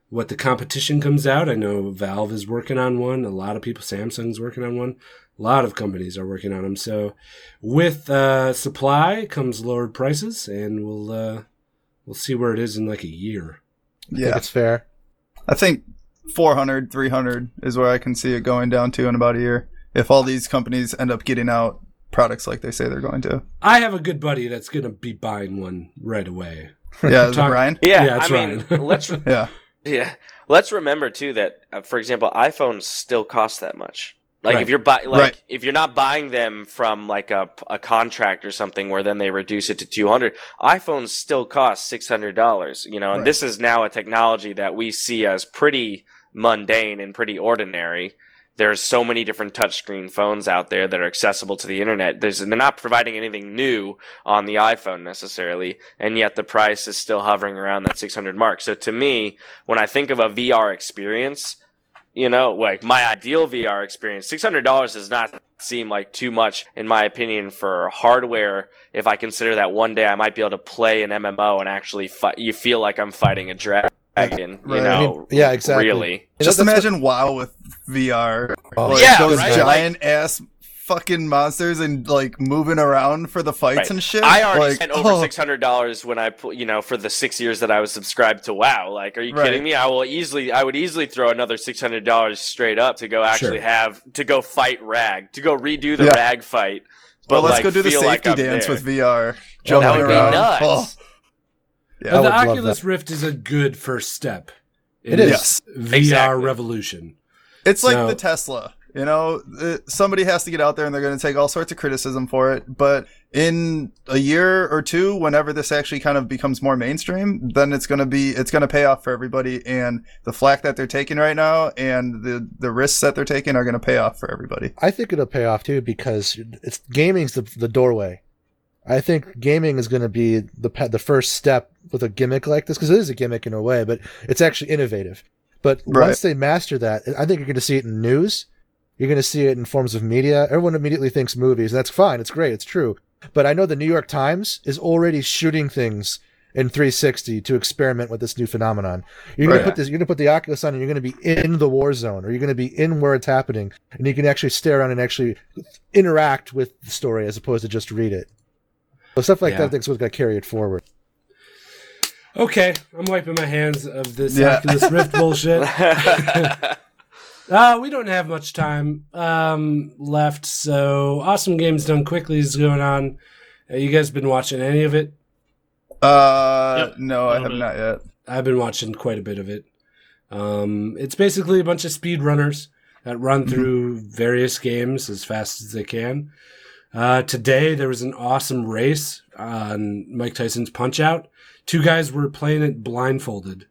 what the competition comes out. I know Valve is working on one. A lot of people, Samsung's working on one. A lot of companies are working on them. So with uh, supply comes lowered prices, and we'll uh, we'll see where it is in like a year.
I think
Yeah,
it's fair.
I think 400, 300 is where I can see it going down to in about a year if all these companies end up getting out products like they say they're going to.
I have a good buddy that's gonna be buying one right away.
Yeah, is it
Talk-
Ryan?
Yeah,
Yeah, that's
I mean,
right.
let's
Yeah.
yeah, let's remember too that, uh, for example, iPhones still cost that much. Like
Right.
if you're buy- like
Right.
if you're not buying them from like a a contract or something where then they reduce it to two hundred, iPhones still cost six hundred dollars. You know, and
Right.
this is now a technology that we see as pretty mundane and pretty ordinary. There's so many different touchscreen phones out there that are accessible to the internet. There's, they're not providing anything new on the iPhone necessarily, and yet the price is still hovering around that 600 mark. So to me, when I think of a VR experience, you know, like my ideal VR experience, $600 does not seem like too much in my opinion for hardware. If I consider that one day I might be able to play an MMO and actually fight, you feel like I'm fighting a dragon, you
Right.
know?
I
mean, yeah, exactly.
Really.
You know,
Just
that's what-
imagine WoW with VR.
Oh,
like
Yeah,
those
right?
giant ass fucking monsters and like moving around for the fights
Right.
and shit.
I already
like,
spent over
oh,
six hundred dollars when I, pl- you know, for the six years that I was subscribed to WoW. Like, are you
Right.
kidding me? I will easily, I would easily throw another six hundred dollars straight up to go actually
Sure.
have to go fight Rag to go redo the
Yeah.
Rag fight.
Well, let's
like,
go do the
feel
safety
like I'm
dance
there.
with VR. Jump
that would be
around.
nuts.
Oh, Yeah,
But
I would
the
love
Oculus
that.
Rift is a good first step.
It
in
is.
this VR
Exactly.
revolution.
It's like
So-
the Tesla. You know, Uh, somebody has to get out there and they're going to take all sorts of criticism for it. But in a year or two, whenever this actually kind of becomes more mainstream, then it's going to be, it's going to pay off for everybody. And the flack that they're taking right now and the, the risks that they're taking are going to pay off for everybody.
I think it'll pay off too because it's gaming's the the doorway. I think gaming is going to be the pa- the first step with a gimmick like this because it is a gimmick in a way, but it's actually innovative. But
Right.
once they master that, I think you're going to see it in news. You're going to see it in forms of media. Everyone immediately thinks movies, and that's fine. It's great. It's true. But I know the New York Times is already shooting things in 360 to experiment with this new phenomenon. You're going
Right.
to put this. You're going to put the Oculus on, and you're going to be in the war zone, or you're going to be in where it's happening, and you can actually stare around and actually interact with the story as opposed to just read it. So stuff like
Yeah.
that, I think, is what's going to carry it forward.
Okay, I'm wiping my hands of this
Yeah.
Oculus Rift bullshit. Uh, we don't have much time um, left, so awesome games done quickly is going on. Uh, you guys been watching any of it?
Uh,
Yep.
no, I
Little
have
bit.
not yet.
I've been watching quite a bit of it. Um, it's basically a bunch of speedrunners that run through various games as fast as they can. Uh, today there was an awesome race on Mike Tyson's Punch Out. Two guys were playing it blindfolded,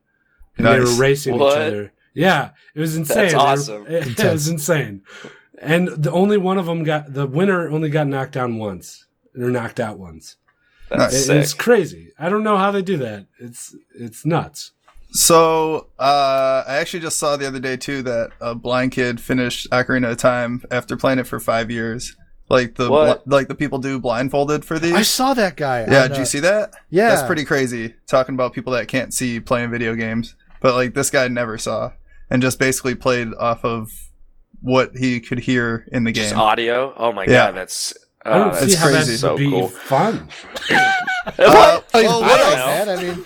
and they
Nice.
were racing
What?
each other. Yeah, it was insane. They were-
awesome.
It,
Intense.
was insane. And the only one of them got the winner only got knocked down once or knocked out once.
That's
It-
sick.
It's crazy. I don't know how they do that. It's it's nuts.
So uh, I actually just saw the other day too that a blind kid finished Ocarina of Time after playing it for five years. Like the bl-
What?
like the people do blindfolded for these.
I saw that guy.
yeah,
on,
did
uh,
you see that?
Yeah,
That's pretty crazy. Talking about people that can't see playing video games, but like this guy never saw and just basically played off of what he could hear in the
Just
game.
audio. Oh my
Yeah.
god, that's. Uh,
I don't see
that's
how
crazy.
that
So
would be
cool.
fun.
Uh,
Plays
well,
I
what
don't
else?
Bioware,
know.
man. I mean,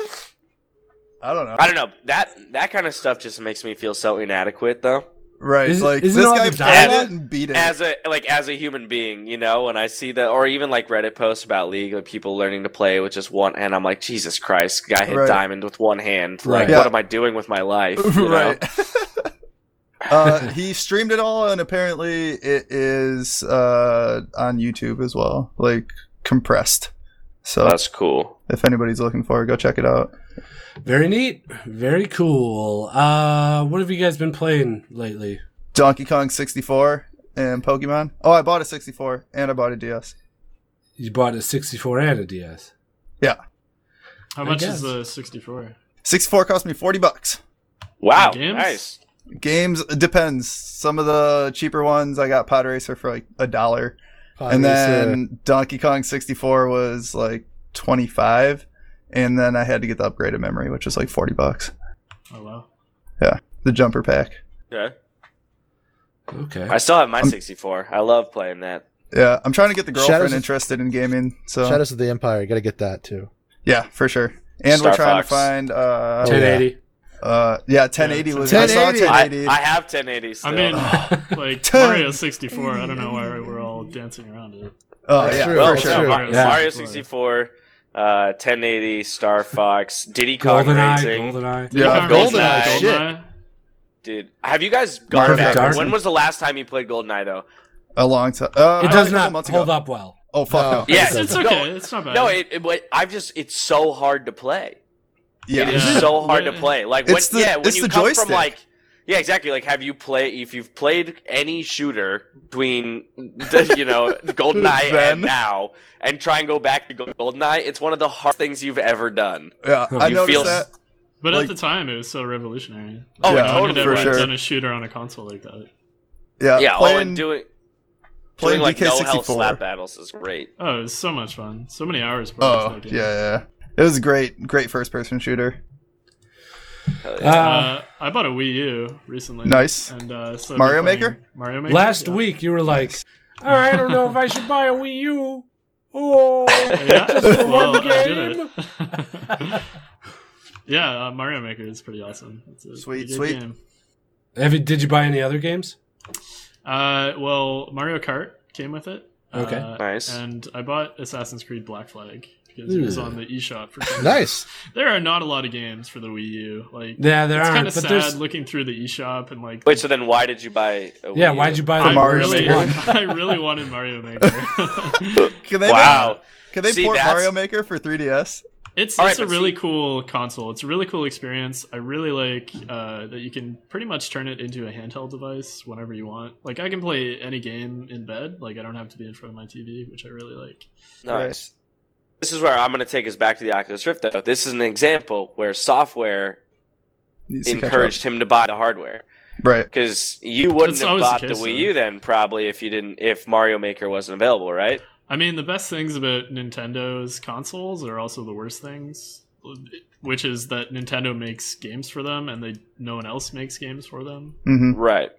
I don't know.
I don't know. That that kind of stuff just makes me feel so inadequate, though.
Right,
Is it-
like
is it
this
all
guy
the
played
dialogue?
it and beat it.
As a like as a human being, you know, when I see that, or even like Reddit posts about League of people learning to play with just one hand, I'm like, Jesus Christ, guy hit
Right.
diamond with one hand. Like,
Right.
Yeah.
what am I doing with my life? you know?
right. uh, he streamed it all, and apparently it is uh, on YouTube as well, like compressed. So
That's cool.
if anybody's looking for it, go check it out.
Very neat. Very cool. Uh, what have you guys been playing lately?
Donkey Kong 64 and Pokemon. Oh, I bought a 64 and I bought a DS.
You bought a 64 and a DS. I
How much
guess.
is the 64?
64 cost me 40 bucks.
Wow.
Games?
Nice.
Games it depends. Some of the cheaper ones I got Pod Racer for like a dollar. and
uh,
then Donkey Kong 64 was like 25 and then I had to get the upgraded memory which was like 40 bucks
Oh wow.
the jumper pack
Yeah.
Okay.
I still have my 64. I love playing that.
yeah I'm trying to get the girlfriend
Shadows of-
interested in gaming so
Shadows of the Empire. Got to get that too.
yeah for sure and we're
Star
trying
Fox.
to find uh
Oh, yeah.
1080.
uh yeah 1080 was I saw
1080.
1080
I, I have 1080 still.
I mean, like
Ten.
Mario 64. I don't know why we're all dancing around it.
oh
That's
yeah
true.
well,
for
That's
no,
sure
true.
Mar-
Yeah.
Mario 64, uh, 1080, Star Fox, Diddy Kong
GoldenEye.
Racing.
GoldenEye.
yeah
You can't really
Goldeneye,
say
shit.
Goldeneye.
Dude, have you guys gone
Perfect
back?
Dark.
When was the last time you played GoldenEye, though?
a long time uh,
It
like
does
a couple
not
months
hold
ago.
up well.
oh fuck no.
No.
Yeah.
It's, it's
No,
okay. it's not bad.
No, it, it, but I've just, it's so hard to play.
yeah
It is
Yeah.
so hard to
Yeah.
play. Like when,
It's the-
yeah, when
it's
you
the
come
joystick.
from like, yeah, exactly. Like, have you play if you've played any shooter between, the, you know, GoldenEye
Then.
and now, and try and go back to GoldenEye, it's one of the hard things you've ever done.
yeah I
You
noticed
feel-
that
But
Like-
at the time, it was so revolutionary.
Oh,
Yeah,
no one had
totally
for
ever
sure.
done a shooter on a console like that.
yeah
Yeah, oh,
Uh, playing,
and doing
playing
doing like no hell
DK64
slap battles is great.
Oh, it was so much fun. So many hours. put into
oh
that
yeah,
game.
yeah it was a great great first person shooter
Uh,
Uh, I bought a Wii U recently.
Nice.
And uh, so I've been
Mario
playing
Maker?
Mario Maker.
last
yeah.
week you were like, "Oh, I don't know if I should buy a Wii U. Oh,
Yeah.
for
well,
one
I did it. yeah, uh, Mario Maker is pretty awesome. It's a
Sweet,
good
sweet.
Game.
have you, did you buy any other games?
Uh, well, Mario Kart came with it.
Okay.
Uh,
Nice.
And I bought Assassin's Creed Black Flag because it was
Ooh.
on the eShop for free.
Nice.
There are not a lot of games for the Wii U. Like
Yeah, there
it's kind
aren't.
of
But
sad
there's
looking through the eShop and like
Wait, so then why did you buy? A
yeah.
Wii
Why'd
U?
you buy
I
the
Mario
worst
really,
Maker?
one?
I really wanted Mario Maker.
can they
Wow.
can they
See,
port
that's-
Mario Maker for 3ds
It's
All right,
it's a
but
really
see-
cool console. It's a really cool experience. I really like uh, that you can pretty much turn it into a handheld device whenever you want. Like I can play any game in bed. Like I don't have to be in front of my TV, which I really like.
Nice. This is where I'm going to take us back to the Oculus Rift, though. This is an example where software
Needs to catch up.
encouraged him to buy the hardware
right
because you wouldn't
That's
have
always the
bought the,
case,
Wii
though.
U then probably if you didn't if Mario Maker wasn't available, right?
I mean, the best things about Nintendo's consoles are also the worst things, which is that Nintendo makes games for them, and they no one else makes games for them.
hmm
Right.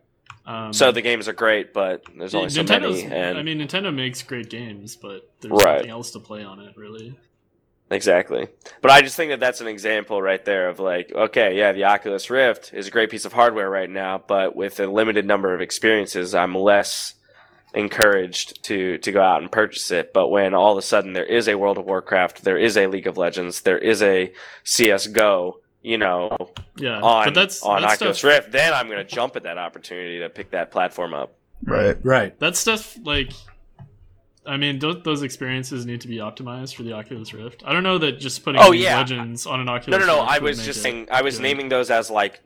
Um,
So the games are great, but there's only so
Nintendo's.
many. And
I mean, Nintendo makes great games, but there's
Right.
nothing else to play on it really.
Exactly. But I just think that that's an example right there of like, okay, yeah, the Oculus Rift is a great piece of hardware right now, but with a limited number of experiences, I'm less encouraged to to go out and purchase it. But when all of a sudden there is a World of Warcraft, there is a League of Legends, there is a CS:GO, you know,
Yeah,
on
Uh, but that's
on
that
Oculus
stuff,
Rift, then I'm going to jump at that opportunity to pick that platform up.
Right.
Right.
That stuff, like, I mean, tho- those experiences need to be optimized for the Oculus Rift. I don't know that just putting
Oh,
League of
yeah.
Legends on an
No,
Oculus.
no, no.
Rift
I
would
was
make
just
it
saying. I was
good.
naming those as like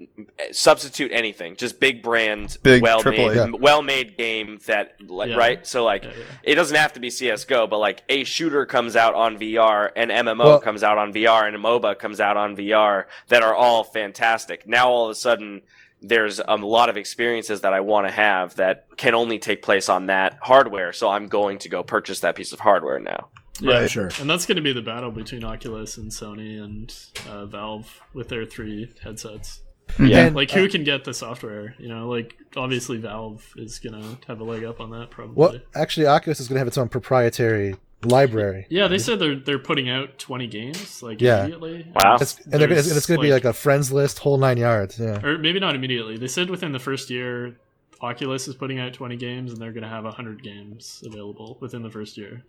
substitute anything, just big brand,
Big
well
AAA.
made,
Yeah.
well made game that like
Yeah.
right. So like,
Yeah, yeah.
it doesn't have to be CS:GO, but like a shooter comes out on VR, an MMO
Well-
comes out on VR, and a MOBA comes out on VR that are all fantastic. Now all of a sudden. There's a lot of experiences that I want to have that can only take place on that hardware, so I'm going to go purchase that piece of hardware now.
Yeah.
Right.
Sure.
And that's going to be the battle between Oculus and Sony and uh, Valve with their three headsets.
Mm-hmm.
Yeah.
And, uh,
Like, who can get the software? You know, like, obviously Valve is going to have a leg up on that, probably.
Well, actually, Oculus is going to have its own proprietary library.
Yeah, they said they're they're putting out 20 games, like,
Yeah.
immediately.
Wow.
It's, and they're gonna-
There's,
it's, going to be like a friends list, whole nine yards. Yeah.
or maybe not immediately. They said within the first year, Oculus is putting out 20 games, and they're going to have 100 games available within the first year.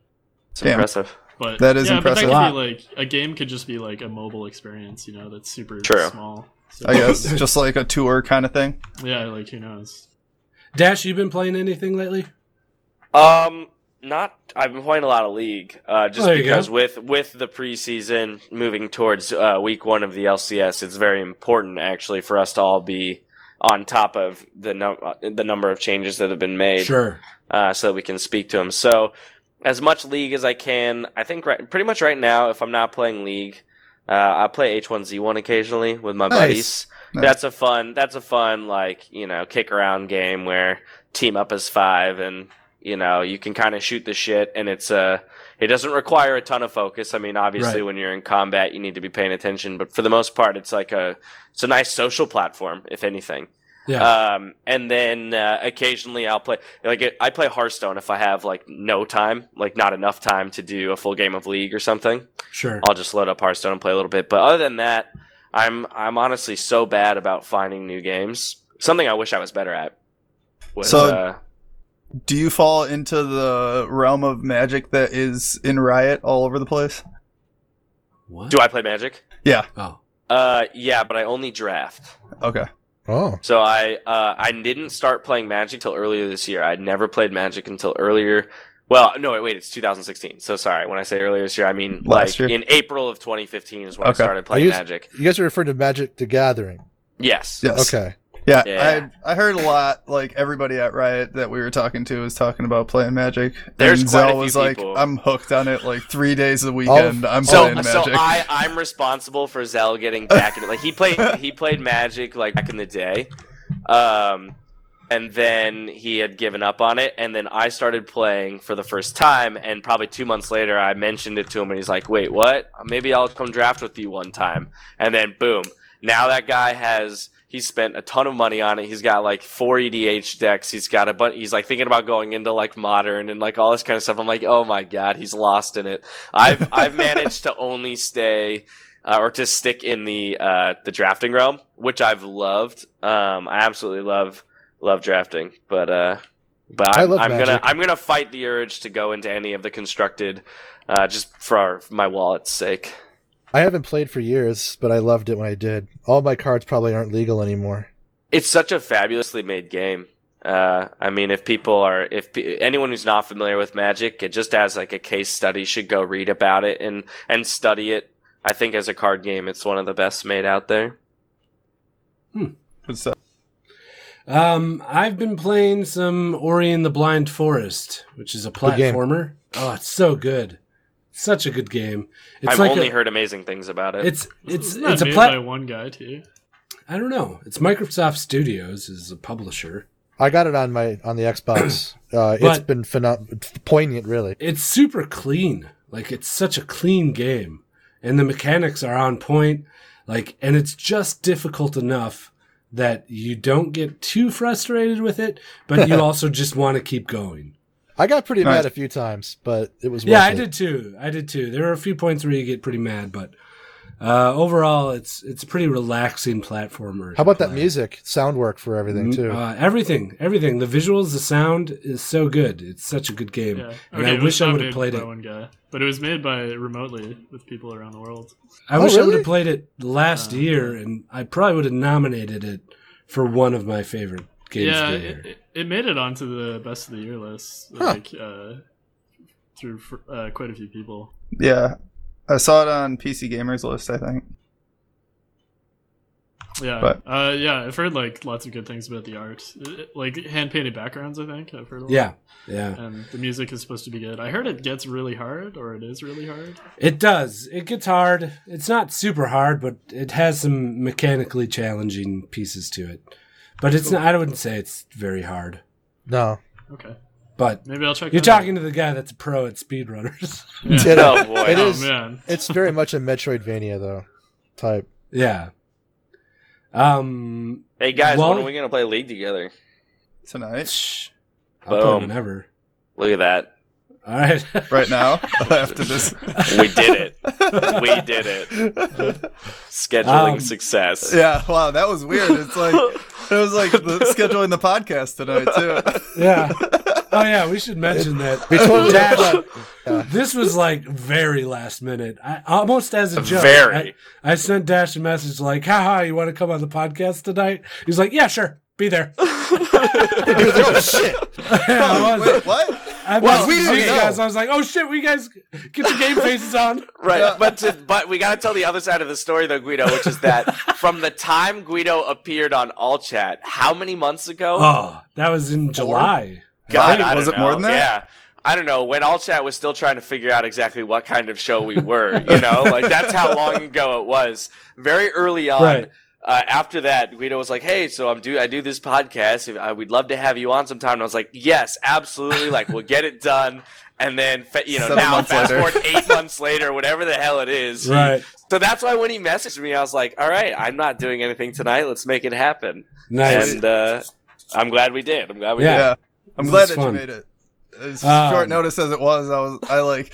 It's
Damn.
impressive.
But
That is
yeah,
impressive.
But that could be like a game could just be like a mobile experience, you know, that's super
True.
small. So,
I guess just like a tour kind of thing.
Yeah, like who knows?
Dash, you been playing anything lately?
Um, not. I've been playing a lot of League, uh, just
There you
because
go.
with with the preseason moving towards uh, week one of the LCS, it's very important actually for us to all be on top of the num- uh, the number of changes that have been made,
Sure.
uh, so that we can speak to them. So, as much League as I can. I think right, pretty much right now, if I'm not playing League, uh, I play H1Z1 occasionally with my
Nice.
buddies.
Nice.
That's a fun. That's a fun like you know kick around game where team up as five and you know you can kind of shoot the shit and it's uh it doesn't require a ton of focus. I mean obviously
Right.
when you're in combat you need to be paying attention, but for the most part it's like a it's a nice social platform if anything.
Yeah.
Um, and then uh, occasionally I'll play like I play Hearthstone if I have like no time, like not enough time to do a full game of League or something.
sure.
I'll just load up Hearthstone and play a little bit. But other than that, I'm I'm honestly so bad about finding new games. Something I wish I was better at was
So-
uh,
Do you fall into the realm of magic that is in Riot all over the place?
What?
do I play Magic?
Yeah.
oh.
Uh, yeah, but I only draft.
Okay.
Oh.
So I uh, I didn't start playing Magic till earlier this year. I'd never played Magic until earlier. Well, no, wait, wait, it's 2016. So sorry, when I say earlier this year, I mean like
Last year?
in April of 2015 is when I
Okay.
started playing
you-
Magic.
You guys are referring to Magic the Gathering.
Yes.
Yes.
Okay.
Yeah.
Yeah.
I I heard a lot. Like everybody at Riot that we were talking to was talking about playing Magic.
There's
and
quite a
Zell
few
was
people.
like, "I'm hooked on it. Like three days a weekend, I'm
So,
playing Magic."
so I, I'm responsible for Zell getting back into like he played he played Magic like back in the day, um, and then he had given up on it, and then I started playing for the first time, and probably two months later I mentioned it to him, and he's like, "Wait, what? Maybe I'll come draft with you one time," and then boom, now that guy has. He spent a ton of money on it. He's got like four EDH decks. He's got a bunch. He's like thinking about going into like modern and like all this kind of stuff. I'm like, oh my god, he's lost in it. I've I've managed to only stay uh, or to stick in the uh, the drafting realm, which I've loved. Um, I absolutely love love drafting, but uh, but
I
I'm,
love
I'm gonna
Magic.
I'm gonna fight the urge to go into any of the constructed, uh, just for our, my wallet's sake.
I haven't played for years, but I loved it when I did. All my cards probably aren't legal anymore.
It's such a fabulously made game. Uh, I mean, if people are, if pe- anyone who's not familiar with Magic, it just as like a case study should go read about it and and study it. I think as a card game, it's one of the best made out there.
Good stuff.
Um, I've been playing some Ori and the Blind Forest, which is a
Good game.
platformer. Oh, it's so good. Such a good game. It's
I've
like
only
a,
heard amazing things about it.
It's it's
Isn't that
it's a
made
plat.
by one guy too.
I don't know. It's Microsoft Studios is a publisher.
I got it on my on the Xbox. Uh, it's
But-
been phenom- poignant, really.
It's super clean. Like it's such a clean game, and the mechanics are on point. Like, and it's just difficult enough that you don't get too frustrated with it, but you also just want to keep going.
I got pretty
Nice.
mad a few times, but it was.
yeah,
worth
I
it.
did too. I did too. There are a few points where you get pretty mad, but uh, overall, it's it's a pretty relaxing platformer.
How about
to
that
play.
music, sound work for everything too?
Uh, everything, everything. The visuals, the sound is so good. It's such a good game,
Yeah.
and
it
I
was
wish I
not
would
made
have played
by
it.
one guy, but it was made by remotely with people around the world.
I
Oh,
wish I would
really?
have played it last
Uh-huh.
year, and I probably would have nominated it for one of my favorite games
yeah,
of the year.
it, it- it made it onto the best of the year list, like uh, through fr- uh, quite a few people.
Yeah. I saw it on PC Gamers list, I think.
Yeah,
But-
uh, yeah, I've heard like lots of good things about the art, It- it- like hand painted backgrounds. I think I've heard. A lot.
yeah, yeah.
and the music is supposed to be good. I heard it gets really hard, or it is really hard.
It does. It gets hard. It's not super hard, but it has some mechanically challenging pieces to it. But it's not, I wouldn't say it's very hard.
no,
Okay,
But
maybe I'll check.
you're
that out.
talking to the guy that's a pro at speedrunners.
Yeah.
It-
Oh boy.
it
oh
is.
man,
It's very much a Metroidvania though type.
yeah. Um.
Hey guys, when
Well-
are we gonna play League together?
Tonight?
shh. I'll play
Boom.
whenever.
Look at that.
All right.
Right now? After this.
We did it. we did it. Scheduling
Um,
success.
Yeah, wow, that was weird. It's like it was like the, scheduling the podcast tonight too.
yeah. Oh yeah. We should mention that.
We totally
Dad,
Yeah.
this was like very last minute. I almost as a joke.
Very.
I- I sent Dash a message like, haha, you want to come on the podcast tonight? He's like, yeah, sure. Be there.
He was like, oh shit!
And I was,
Wait, what?
I
Well,
messaged
we didn't
these
know.
guys. I was like, oh shit, we guys get your game faces on.
Right, but to, but we gotta tell the other side of the story though, Guido, which is that from the time Guido appeared on All Chat, how many months ago?
Oh, that was in July.
God,
Right?
I
Was
don't
it more
know.
than that?
Yeah. I don't know. When All Chat was still trying to figure out exactly what kind of show we were, you know, like that's how long ago it was. Very early on.
Right.
Uh, after that, Guido was like, "Hey, so I'm do I do this podcast. If, I, we'd love to have you on sometime." And I was like, "Yes, absolutely. Like, we'll get it done." And then, fa- you know,
Seven
now
months
fast
later.
forward eight months later, whatever the hell it is, he-
Right.
so that's why when he messaged me, I was like, "All right, I'm not doing anything tonight. Let's make it happen."
Nice.
And uh, I'm glad we did. I'm glad we
Yeah.
did.
Yeah. I'm
This
glad
is
that
fun.
you made it. As
Um,
short notice as it was, I was I like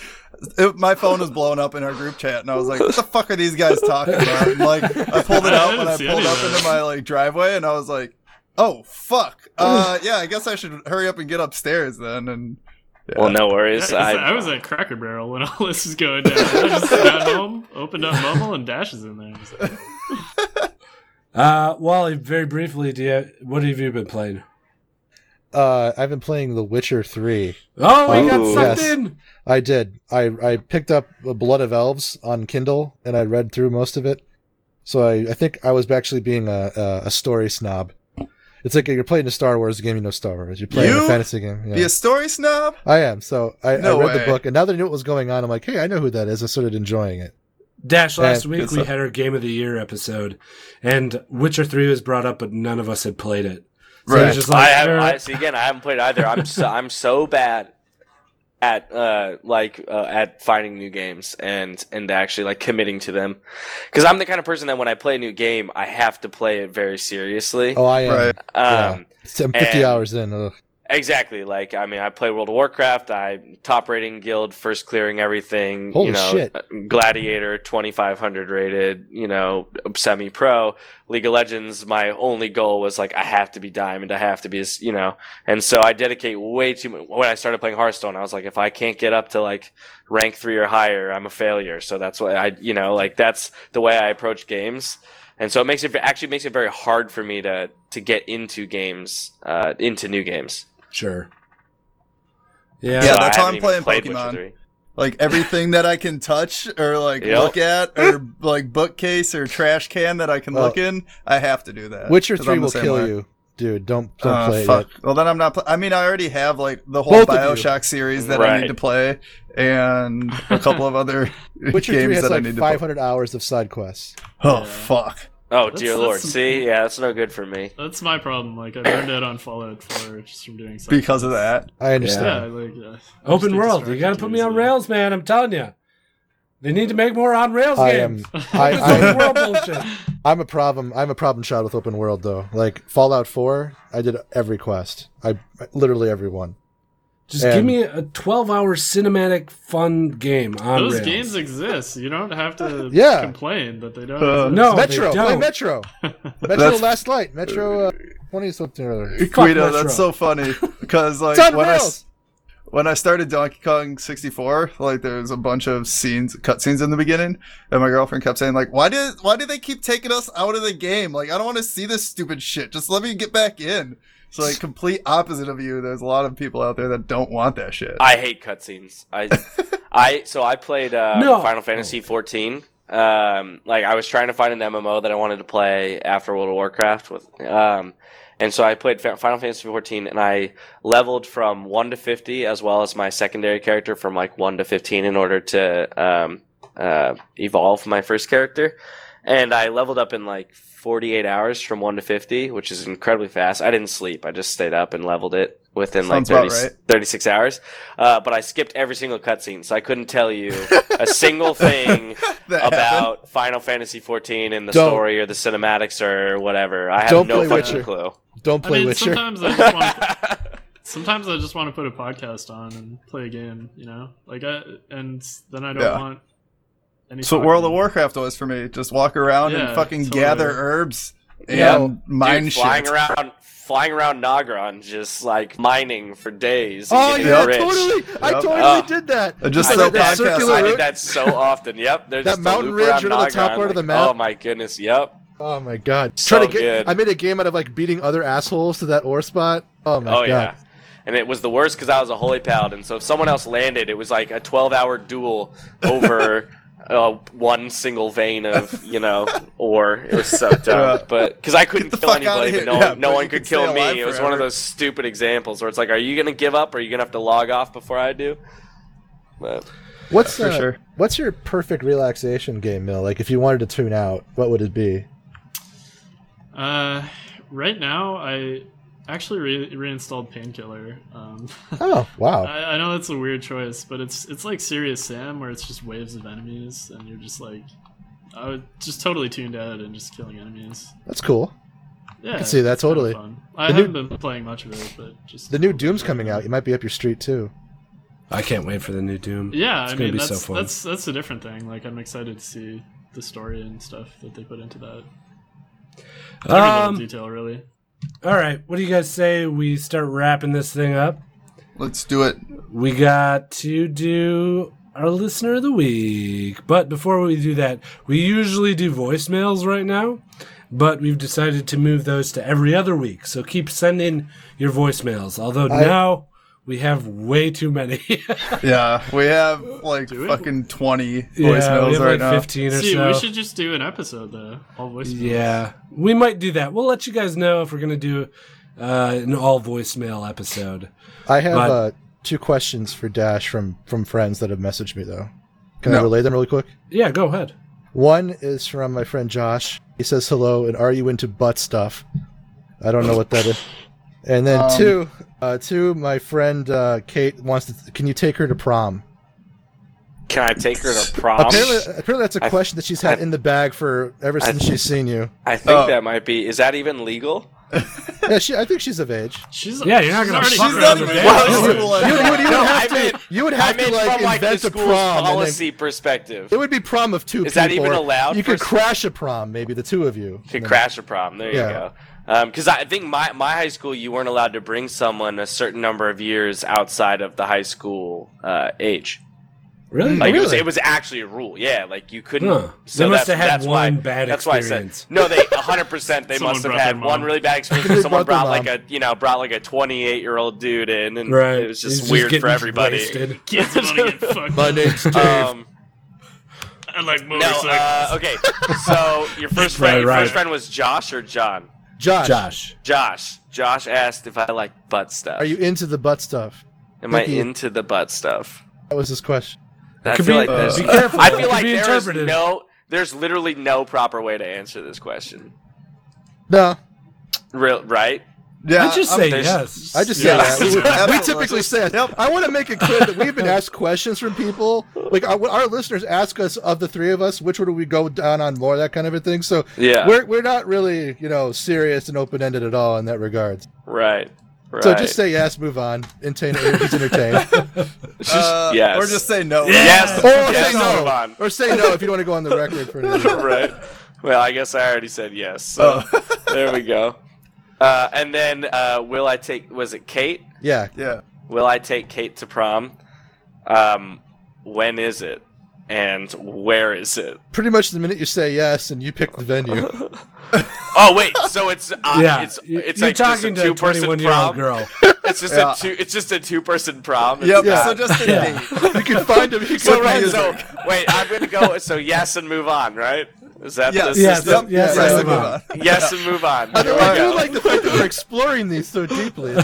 it, my phone was blowing up in our group chat, and I was like, "What the fuck are these guys talking about?" And, like I pulled it
I
out
didn't
when I
see
pulled
any
up
of
into
that.
my like driveway, and I was like, "Oh fuck, uh, yeah, I guess I should hurry up and get upstairs then." And yeah.
Well, no worries.
Yeah, 'cause
I,
I, was at Cracker Barrel when all this was going down. I just got home, opened up Mumble, and Dash is in there. I was like,
Uh, Wally, very briefly, do you, what have you been playing?
Uh, I've been playing The Witcher Three.
Oh, we got
Ooh.
sucked
Yes.
in.
I did. I I picked up Blood of Elves on Kindle and I read through most of it. So I, I think I was actually being a, a a story snob. It's like you're playing a Star Wars game, you know Star Wars. You're playing
You?
a fantasy game.
be
Yeah.
a story snob.
I am. So I,
No
I read the
way.
book, and now that I knew what was going on, I'm like, hey, I know who that is. I started enjoying it.
Dash, last
Yeah,
week
good
we
stuff.
had our Game of the Year episode, and Witcher 3 was brought up, but none of us had played it. So it
Right.
was just like,
I have.
"Alright."
I, see, again, I haven't played either. I'm so, I'm so bad at uh, like uh, at finding new games and and actually like committing to them because I'm the kind of person that when I play a new game, I have to play it very seriously.
Oh, I am.
Right.
yeah.
Um,
I'm 50
and-
hours in. Ugh.
Exactly. Like I mean, I play World of Warcraft. I top rating guild, first clearing everything.
Holy
you know,
shit.
Gladiator, twenty five hundred rated. You know, semi pro. League of Legends. My only goal was like I have to be diamond. I have to be, you know. And so I dedicate way too much. When I started playing Hearthstone, I was like, if I can't get up to like rank three or higher, I'm a failure. So that's why I, you know, like that's the way I approach games. And so it makes it actually makes it very hard for me to to get into games, uh, into new games.
Sure. Yeah.
Yeah.
So I
that's how
haven't
I'm playing
even played Witcher
Pokemon.
3.
Like everything that I can touch or like
Yep.
look at or like bookcase or trash can that I can
Well,
look in, I have to do that.
Witcher
'cause
3
I'm the
will
same
kill
way.
you. Dude, don't, don't
Uh,
play it
fuck.
yet.
Well, then I'm not. Pl- I mean, I already have like the whole
Both of you.
Bioshock series that I
Right.
need to play, and a couple of other
Witcher 3
games
has
that I
like
need to play.
500 hours of side quests.
Oh
Yeah.
fuck!
Oh
That's-
dear
that's
lord!
some-
See, yeah, that's no good for me.
That's my problem. Like I learned it on Fallout 4 just from doing something.
Because of that,
I
yeah,
understand.
like uh,
Open world. You got to put me on rails, man. I'm telling you. They need to make more on rails
I am.
games.
I, I,
open world bullshit.
I'm a problem. I'm a problem child with open world though. Like Fallout 4, I did every quest. I literally every one.
Just
And-
give me a 12 hour cinematic fun game on
Those
rails.
games exist. You don't have to
Yeah.
complain that they don't.
Uh,
exist.
No,
Metro,
they
play
don't.
Metro. Metro
That's-
Last Light, Metro uh, twenty something or other.
Guido,
Metro.
that's so funny because like
It's on
when I,
rails.
s- when I started Donkey Kong 64, like there's a bunch of scenes, cutscenes in the beginning, and my girlfriend kept saying like, "Why did why do they keep taking us out of the game? Like I don't want to see this stupid shit. Just let me get back in." So like complete opposite of you. There's a lot of people out there that don't want that shit.
I hate cutscenes. I, I so I played uh,
No.
Final Fantasy 14. Um, like I was trying to find an MMO that I wanted to play after World of Warcraft with, um, and so I played Fa- Final Fantasy 14, and I leveled from one to 50, as well as my secondary character from like one to 15, in order to um, uh, evolve my first character. And I leveled up in like 48 hours from one to 50, which is incredibly fast. I didn't sleep; I just stayed up and leveled it within
Sounds
like
about
30,
right.
36 hours. Uh, but I skipped every single cutscene, so I couldn't tell you a single thing
That happened.
about Final Fantasy 14 and the
Don't.
story or the cinematics or whatever. I have
Don't
no
play
fucking
Witcher.
clue.
Don't
I
play
mean,
Witcher.
sometimes I just want. sometimes I just want to put a podcast on and play a game. You know, like I and then I don't
Yeah.
want. Any
That's what World of
fucking-
Warcraft was for me. Just walk around
Yeah,
and fucking
totally.
gather herbs and
No.
mine
Dude,
shit.
flying around, flying around Nagron, just like mining for days. and
Oh
getting
yeah,
rich.
totally. I
Yep.
totally
Ah.
did that.
Uh, just
I
I
so
did
did,
that
podcast.
that,
circular
I did
route.
that so often. Yep, there's
That
just a
mountain
loop
ridge
around
right on the top
Nagron,
part of the
like,
map.
Oh my goodness, yep.
Oh my god.
So
Trying to get
good.
I made a game out of like beating other assholes to that ore spot. Oh my
Oh
god.
yeah. And it was the worst because I was a holy paladin. So if someone else landed, it was like a twelve-hour duel over uh, one single vein of you know ore. It was so dumb. But because I couldn't
Get the
kill
fuck outta
anybody,
here.
but no,
Yeah,
no
but
one
you
could
can stay
kill
alive
me. It was one
forever.
of those stupid examples where it's like, are you gonna give up? Or are you gonna have to log off before I do? But
What's
Yeah, for
uh,
sure.
what's your perfect relaxation game, Mill? Like if you wanted to tune out, what would it be?
Uh, right now I actually re- reinstalled Painkiller. Um,
Oh wow.
I, I know that's a weird choice, but it's it's like Serious Sam, where it's just waves of enemies, and you're just like, I was just totally tuned out and just killing enemies.
That's cool.
Yeah, I
can see that totally.
I
The new-
haven't been playing much of it, but just
The new Doom's coming out. You might be up your street too.
I can't wait for the new Doom.
Yeah,
It's
I
gonna
mean
be so
that's
fun.
that's that's a different thing. Like I'm excited to see the story and stuff that they put into that. Every little
Um,
detail, really.
all right. What do you guys say we start wrapping this thing up?
Let's do it.
We got to do our listener of the week. But before we do that, we usually do voicemails right now, but we've decided to move those to every other week. So keep sending your voicemails, although
I-
now we have way too many. yeah,
Yeah, we have like
Do it.
fucking 20
we
voicemails
have
right
like
now.
15 or
See,
so.
we should just do an episode though. All voicemails.
Yeah, we might do that. We'll let you guys know if we're going to do uh, an all voicemail episode.
I have
But-
uh, two questions for Dash from from friends that have messaged me though. Can I
No.
relay them really quick?
Yeah, go ahead.
One is from my friend Josh. He says hello and are you into butt stuff? I don't know what that is. And then
Um,
two, uh, two. My friend uh, Kate wants to. Can you take her to prom?
can I take her to prom?
apparently, apparently, that's a
Um, I-
question that she's had
I-
in the bag for ever
I-
since she's seen you.
I think
uh,
Oh.
that might be. Is that even legal?
Yeah, she. I think she's of age.
She's
Yeah, you're not gonna
already
fuck
grown
around
up.
with
Yeah,
Well,
it's
you-
cool, I
you would-
know.
you would even
No,
have
I
to-
meant-
you would
I
have to,
meant
like,
from like the
invent a
school's
prom and then-
policy perspective.
It would be prom of two.
Is that
people,
even
or
allowed
You could
for-
crash a prom, maybe the two of you.
could
And then-
crash a prom. There
Yeah.
you go. Because I think my, my high school, you weren't allowed to bring someone a certain number of years outside of the high school uh, age.
Really?
Like it was,
Really?
it was actually a rule. Yeah, like you couldn't.
Huh.
So
They must have
that's,
had
that's
one
why,
bad
that's
experience.
Why I said, no, they 100. percent They
Someone
must have
brought their
had one
mom.
really bad experience.
They
'cause Someone
brought
brought,
their
like
mom.
a you know brought like a 28 year old dude in, and
Right.
it was
He's
just weird
getting
for everybody.
wasted.
Kids want to get fucked.
My
up.
name's Dave.
Um,
I like
no,
motorcycles.
uh, okay. So your first friend, your
Right, right.
first friend was Josh or John?
Josh,
Josh.
Josh. Josh asked if I like butt stuff.
are you into the butt stuff?
Am I
Thank you.
into the butt stuff?
That was his question.
I
could
feel
be-
like there's-
be careful.
I
It could
feel like
be
there is
interpreted.
no. There's literally no proper way to answer this question.
No,
Real right?
Yeah,
I just
I'm-
say
there's-
yes.
I just
Yeah.
say that. we, we typically say that.
Yep.
I want to make it clear that we've been asked questions from people. Like our, our listeners ask us of the three of us, which one do we go down on more, that kind of a thing. So
Yeah.
we're we're not really you know serious and open ended at all in that regard.
Right.
So
Right.
just say yes, move on. Entertain, he's entertained.
Uh,
yes.
Or just say no.
Yes.
Or
Yes,
say no.
move on.
Or say no if you don't want to go on the record for anything.
right. Well, I guess I already said yes. So there we go. Uh, and then uh, will I take? Was it Kate?
Yeah.
Yeah.
Will I take Kate to prom? Um, when is it? And where is it?
Pretty much the minute you say yes and you pick the venue.
Oh wait, so it's uh,
yeah,
it's
you-
it's
you're
like
talking
just
to
a
a
two person
21 year old
prom.
girl.
It's just
Yeah.
a two. It's just a two person prom. It's
Yep.
not-
So just a
Yeah.
date.
You can find him. You
so
can
right.
find him.
So wait, I'm gonna go. So yes and move on. Right? Is that
Yes.
the
Yes,
system?
Yep.
yes,
Yes.
yes,
Move on.
Yes and move on.
I,
There
do,
we
I do
go.
like the fact that we're exploring these so deeply.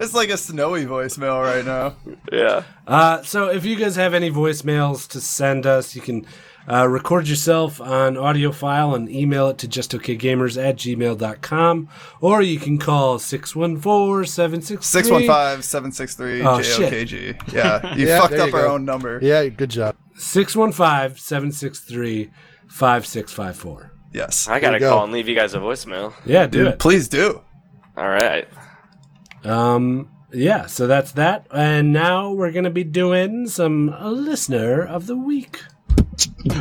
It's like a snowy voicemail right now.
Yeah.
Uh, so if you guys have any voicemails to send us, you can uh, record yourself on audio file and email it to justokgamers at gmail.com. Or you can call 614-763.
615-763
Oh,
JOKG. Yeah. You
Yeah,
fucked
there
up
you
our
go.
own number.
yeah, good job.
615-763-5654.
Yes.
I gotta
you go.
call and leave you guys a voicemail.
Yeah, do
Dude,
it.
please do.
All right.
Um, yeah, so that's that. And now we're going to be doing some uh, Listener of the Week. Yo,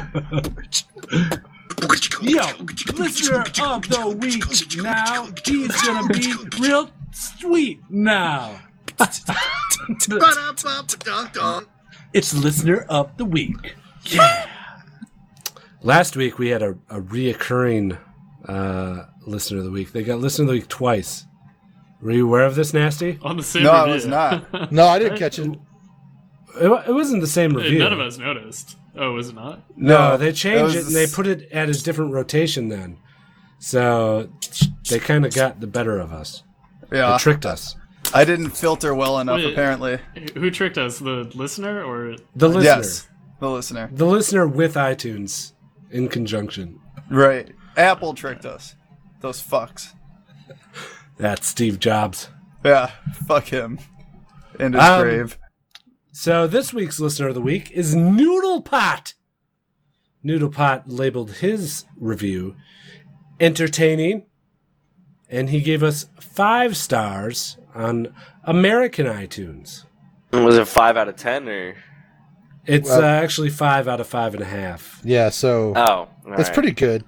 Listener of the Week now. He's going to be real sweet now. it's Listener of the Week. Yeah. Last week we had a, a reoccurring uh, Listener of the Week. They got Listener of the Week twice. Were you aware of this, Nasty?
On the same
No, I
review.
was not.
No, I didn't catch it.
It, wa- it wasn't the same
Hey,
review.
None of us noticed. Oh, was it not?
No, they
That
changed
was
it and
the
they
s-
put it at a different rotation then. So they kind of got the better of us. They
Yeah.
tricked us.
I didn't filter well enough,
Wait.
apparently.
Who tricked us? The listener or
The listener.
Yes. The listener.
The listener with iTunes in conjunction.
Right. Apple tricked us. Those fucks.
That's Steve Jobs.
Yeah. Fuck him. And his
Um,
grave.
So this week's listener of the week is Noodlepot. Noodlepot labeled his review entertaining, and he gave us five stars on American iTunes.
Was it five out of ten or?
It's
Well-
uh, actually five out of five and a half,
Yeah, so
Oh, all
that's
right.
pretty good.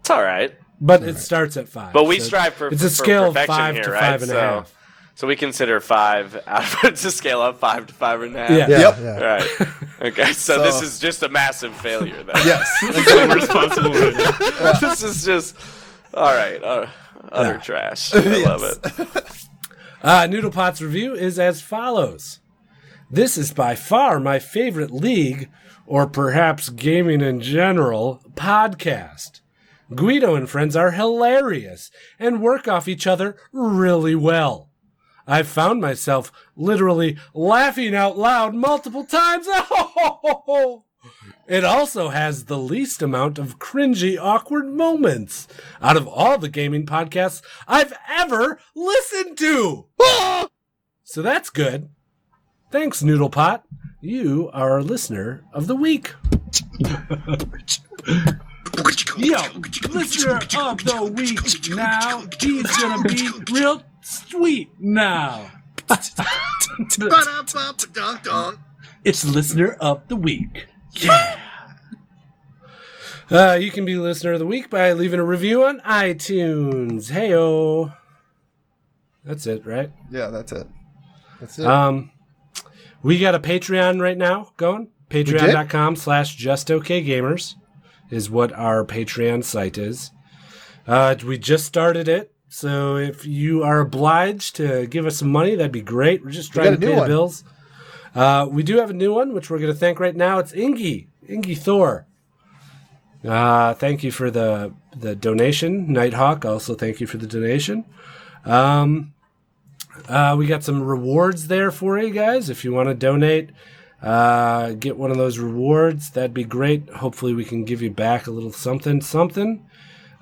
It's all right.
but it starts at five.
But we
so
strive for
it's a
for
scale of
perfection
five
here,
to
right?
five and a
so,
half.
So we consider five out of, to scale up five to five and a half.
Yeah.
Yeah,
Yep.
yeah.
All right. Okay. So,
So-
this is just a massive failure. Then.
Yes.
irresponsible? rating?
this is just all right. Uh, utter trash. I love it.
Uh, Noodlepot's review is as follows: This is by far my favorite league, or perhaps gaming in general, podcast. Guido and friends are hilarious and work off each other really well. I've found myself literally laughing out loud multiple times. It also has the least amount of cringy, awkward moments out of all the gaming podcasts I've ever listened to. so that's good. Thanks, Noodlepot. You are a listener of the week. Yo, listener of the week now. He's gonna be real sweet now. it's listener of the week. Uh, you can be listener of the week by leaving a review on iTunes. Heyo. That's it, right?
yeah, that's it.
That's it.
Um, we got a Patreon right now going. Patreon.com slash justokgamers is what our Patreon site is. Uh, we just started it. So if you are obliged to give us some money, that'd be great. We're just
We
trying to
got a new
pay the
one.
bills. Uh, we do have a new one, which we're going to thank right now. It's Ingy, Ingy Thor. Uh, thank you for the the donation, Nighthawk. Also, thank you for the donation. Um, uh, we got some rewards there for you guys. If you want to donate, uh, get one of those rewards. That'd be great. Hopefully, we can give you back a little something, something.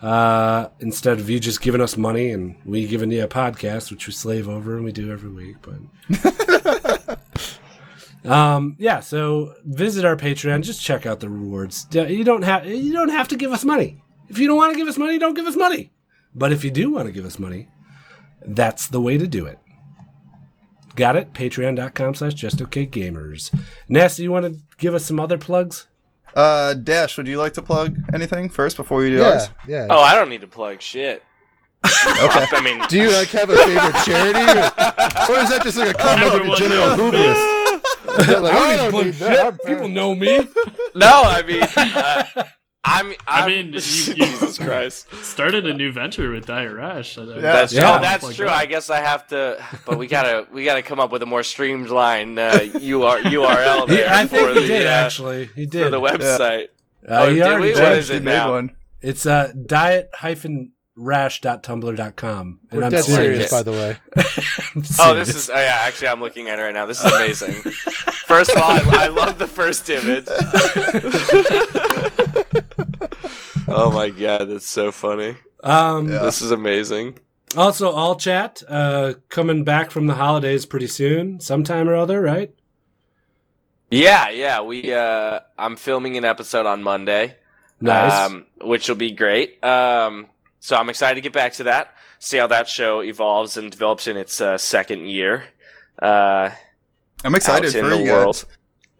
Uh, instead of you just giving us money and we giving you a podcast, which we slave over and we do every week, but um, yeah, so visit our Patreon. Just check out the rewards. D- You don't have you don't have to give us money. If you don't want to give us money, don't give us money. But if you do want to give us money, that's the way to do it. Got it? Patreon.com slash justokgamers. Nasty, you want to give us some other plugs?
Uh, Dash, would you like to plug anything first before we do
Yeah,
ours?
yeah.
Oh, I don't need to plug shit. I mean,
Do you like have a favorite charity, or, or is that just like a common like a
Everyone
general
knows
hoop list? They're like, "Oh, I don't need that. I'm-
People know me.
no, I mean, uh, I'm, I'm.
I mean, you, you
Jesus Christ.
started a new venture with Dire Rash. Yeah,
That's
Yeah.
true. Oh, that's
Like
true.
that.
I guess I have to, but we gotta we gotta come up with a more streamlined uh, UR, URL there
I think
for
he
the
did,
uh,
actually. He
for
did.
the website.
Uh,
Oh,
he
did
already
we?
did.
What
Dash,
is
you
it
made
now?
one.
It's uh, diet-rash.tumblr.com. And
We're
I'm
dead
serious.
serious,
serious.
by the way.
I'm
Oh, this
serious.
is oh, yeah. Actually, I'm looking at it right now. This is amazing. first of all, I, I love the first image. oh my god, that's so funny.
Um,
This is amazing.
Also, All Chat uh, coming back from the holidays pretty soon, sometime or other, right?
Yeah, yeah. We uh, I'm filming an episode on Monday.
Nice.
um, which will be great. Um, so I'm excited to get back to that, see how that show evolves and develops in its uh, second year uh,
I'm
out
excited
in
for
the
you
world.
guys.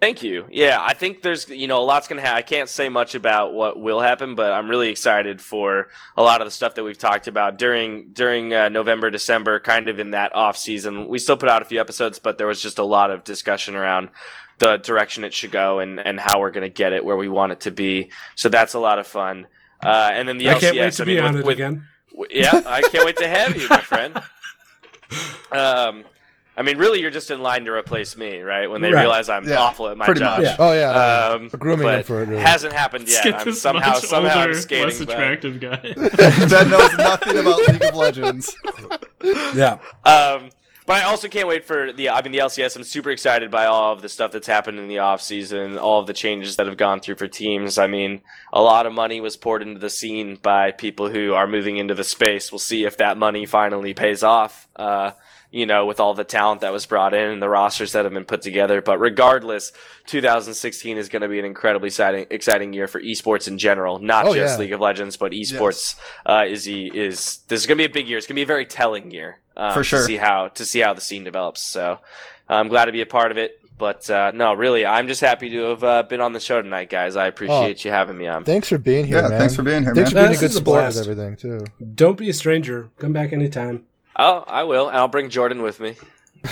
Thank you. Yeah, I think there's you know a lot's gonna happen. I can't say much about what will happen, but I'm really excited for a lot of the stuff that we've talked about during during uh, November, December, kind of in that off season. We still put out a few episodes, but there was just a lot of discussion around the direction it should go and and how we're gonna get it where we want it to be. So that's a lot of fun. Uh, and then the
I can't
LCS,
wait to
I
be
mean,
on
with,
it
with-
again.
w- yeah, I can't wait to have you, my friend. Um, I mean, really, you're just in line to replace me, right? When they
Right.
realize I'm
Yeah,
awful at my
pretty
job.
much.
Yeah.
Oh yeah,
Um,
We're grooming
but
him for it, really.
Hasn't happened
Let's
yet.
get
I'm
this
somehow
much
somehow
older,
I'm skating
less
back.
attractive guy.
that knows nothing about League of Legends.
Yeah.
Um, but I also can't wait for the. I mean, the LCS. I'm super excited by all of the stuff that's happened in the off season, all of the changes that have gone through for teams. I mean, a lot of money was poured into the scene by people who are moving into the space. We'll see if that money finally pays off. Uh, you know, with all the talent that was brought in and the rosters that have been put together. But regardless, 2016 is going to be an incredibly exciting, exciting year for esports in general, not
Oh,
just
yeah.
League of Legends, but esports uh, is the- is this is going to be a big year. It's going to be a very telling year um,
For sure.
To see how to see how the scene develops. So I'm glad to be a part of it. But uh, no, really, I'm just happy to have uh, been on the show tonight, guys. I appreciate you having me on.
Thanks for being here,
Yeah,
man.
thanks for being here,
Thanks
man.
for
This
being a good
is a
sport with
blast.
everything too.
Don't be a stranger. Come back anytime.
oh, I will. and I'll bring Jordan with me.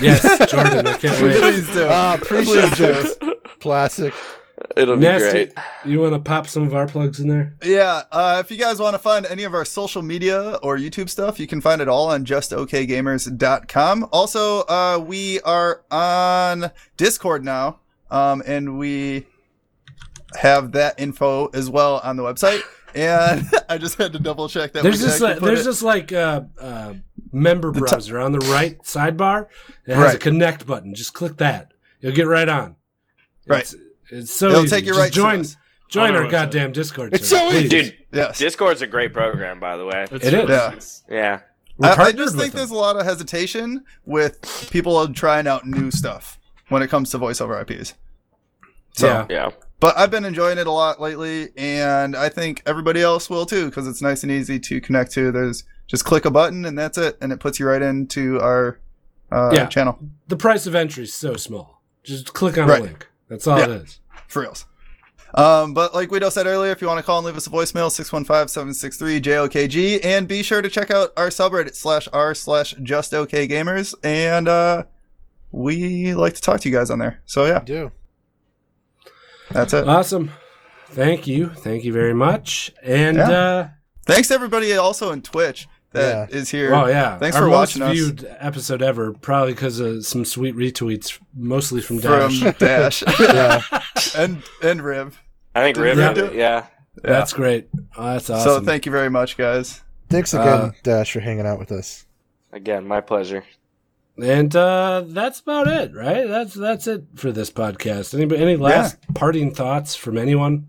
Yes, Jordan, I can't wait.
Please do.
Ah, appreciate jokes. Classic.
It'll be
Nasty,
great.
you want to pop some of our plugs in there?
Yeah, uh, if you guys want to find any of our social media or YouTube stuff, you can find it all on justokgamers.com. Also, uh, we are on Discord now, um, and we have that info as well on the website. And I just had to double check that.
There's
we
this,
actually
like,
put
there's
it-
this like uh, uh, member browser on the right sidebar. It has a
Right.
connect button. Just click that. You'll get right on.
Right.
It's, it's so
It'll
easy.
take you
Just
right to
join
us.
join
On our
our
website.
goddamn Discord.
It's
server,
so easy.
please.
Dude,
yes.
Discord's a great program, by the way.
It is.
Yeah.
Yeah.
We're
I, I
partnered
just
with
think
them.
there's a lot of hesitation with people trying out new stuff when it comes to voiceover IPs. So,
Yeah.
Yeah.
But I've been enjoying it a lot lately, and I think everybody else will too, because it's nice and easy to connect to. There's just click a button, and that's it, and it puts you right into our uh,
Yeah.
channel
the price of entry is so small. Just click on
Right.
a link. That's all it is.
for reals. Um, but like Guido said earlier, if you want to call and leave us a voicemail, 615-763-JOKG, and be sure to check out our subreddit slash r slash just okay gamers, and uh, we like to talk to you guys on there. So yeah,
I do.
that's it.
Awesome. Thank you. Thank you very much. And
Yeah.
uh
Thanks to everybody also in Twitch that is here.
oh yeah.
Thanks
Our
for
most
watching us.
viewed episode ever, probably because of some sweet retweets, mostly from Dash.
From Dash
Yeah.
and and Rib.
I think Riv.
Yeah.
Yeah. yeah.
That's great. Oh, that's
So
awesome.
thank you very much, guys.
Thanks again,
Uh,
Dash, for hanging out with us.
Again, my pleasure.
and uh that's about it, right? That's that's it for this podcast. Anybody any last parting thoughts from anyone?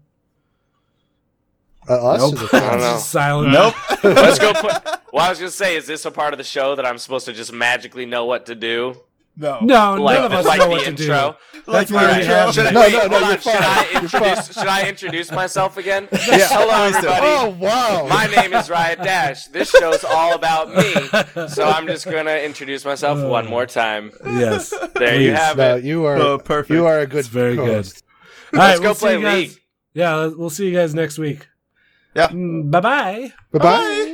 Uh, us
Nope.
is a
I don't
fan.
know.
Just silent.
Nope.
Let's go. Put, well, I was gonna say, is this a part of the show that I'm supposed to just magically know what to do?
No.
No,
like
none of
the,
us
like
know
the
what to do.
intro.
That's
where I am.
already happening.
Should I,
No,
wait,
no, no,
hold
you're
on. Should
fine.
I
You're
introduce?
fine.
Should I introduce myself again?
Yeah,
Hello,
please do.
everybody.
Oh wow!
My name is Riot Dash. This show's all about me, so I'm just gonna introduce myself one more time.
Yes.
There you have
no,
it.
you are
Oh, perfect.
you are a good.
It's very good.
co-host.
All
Let's
right,
go
we'll see
play
you guys- Mm,
League.
Yeah, we'll see you guys next week.
Yeah.
Bye bye.
Bye bye.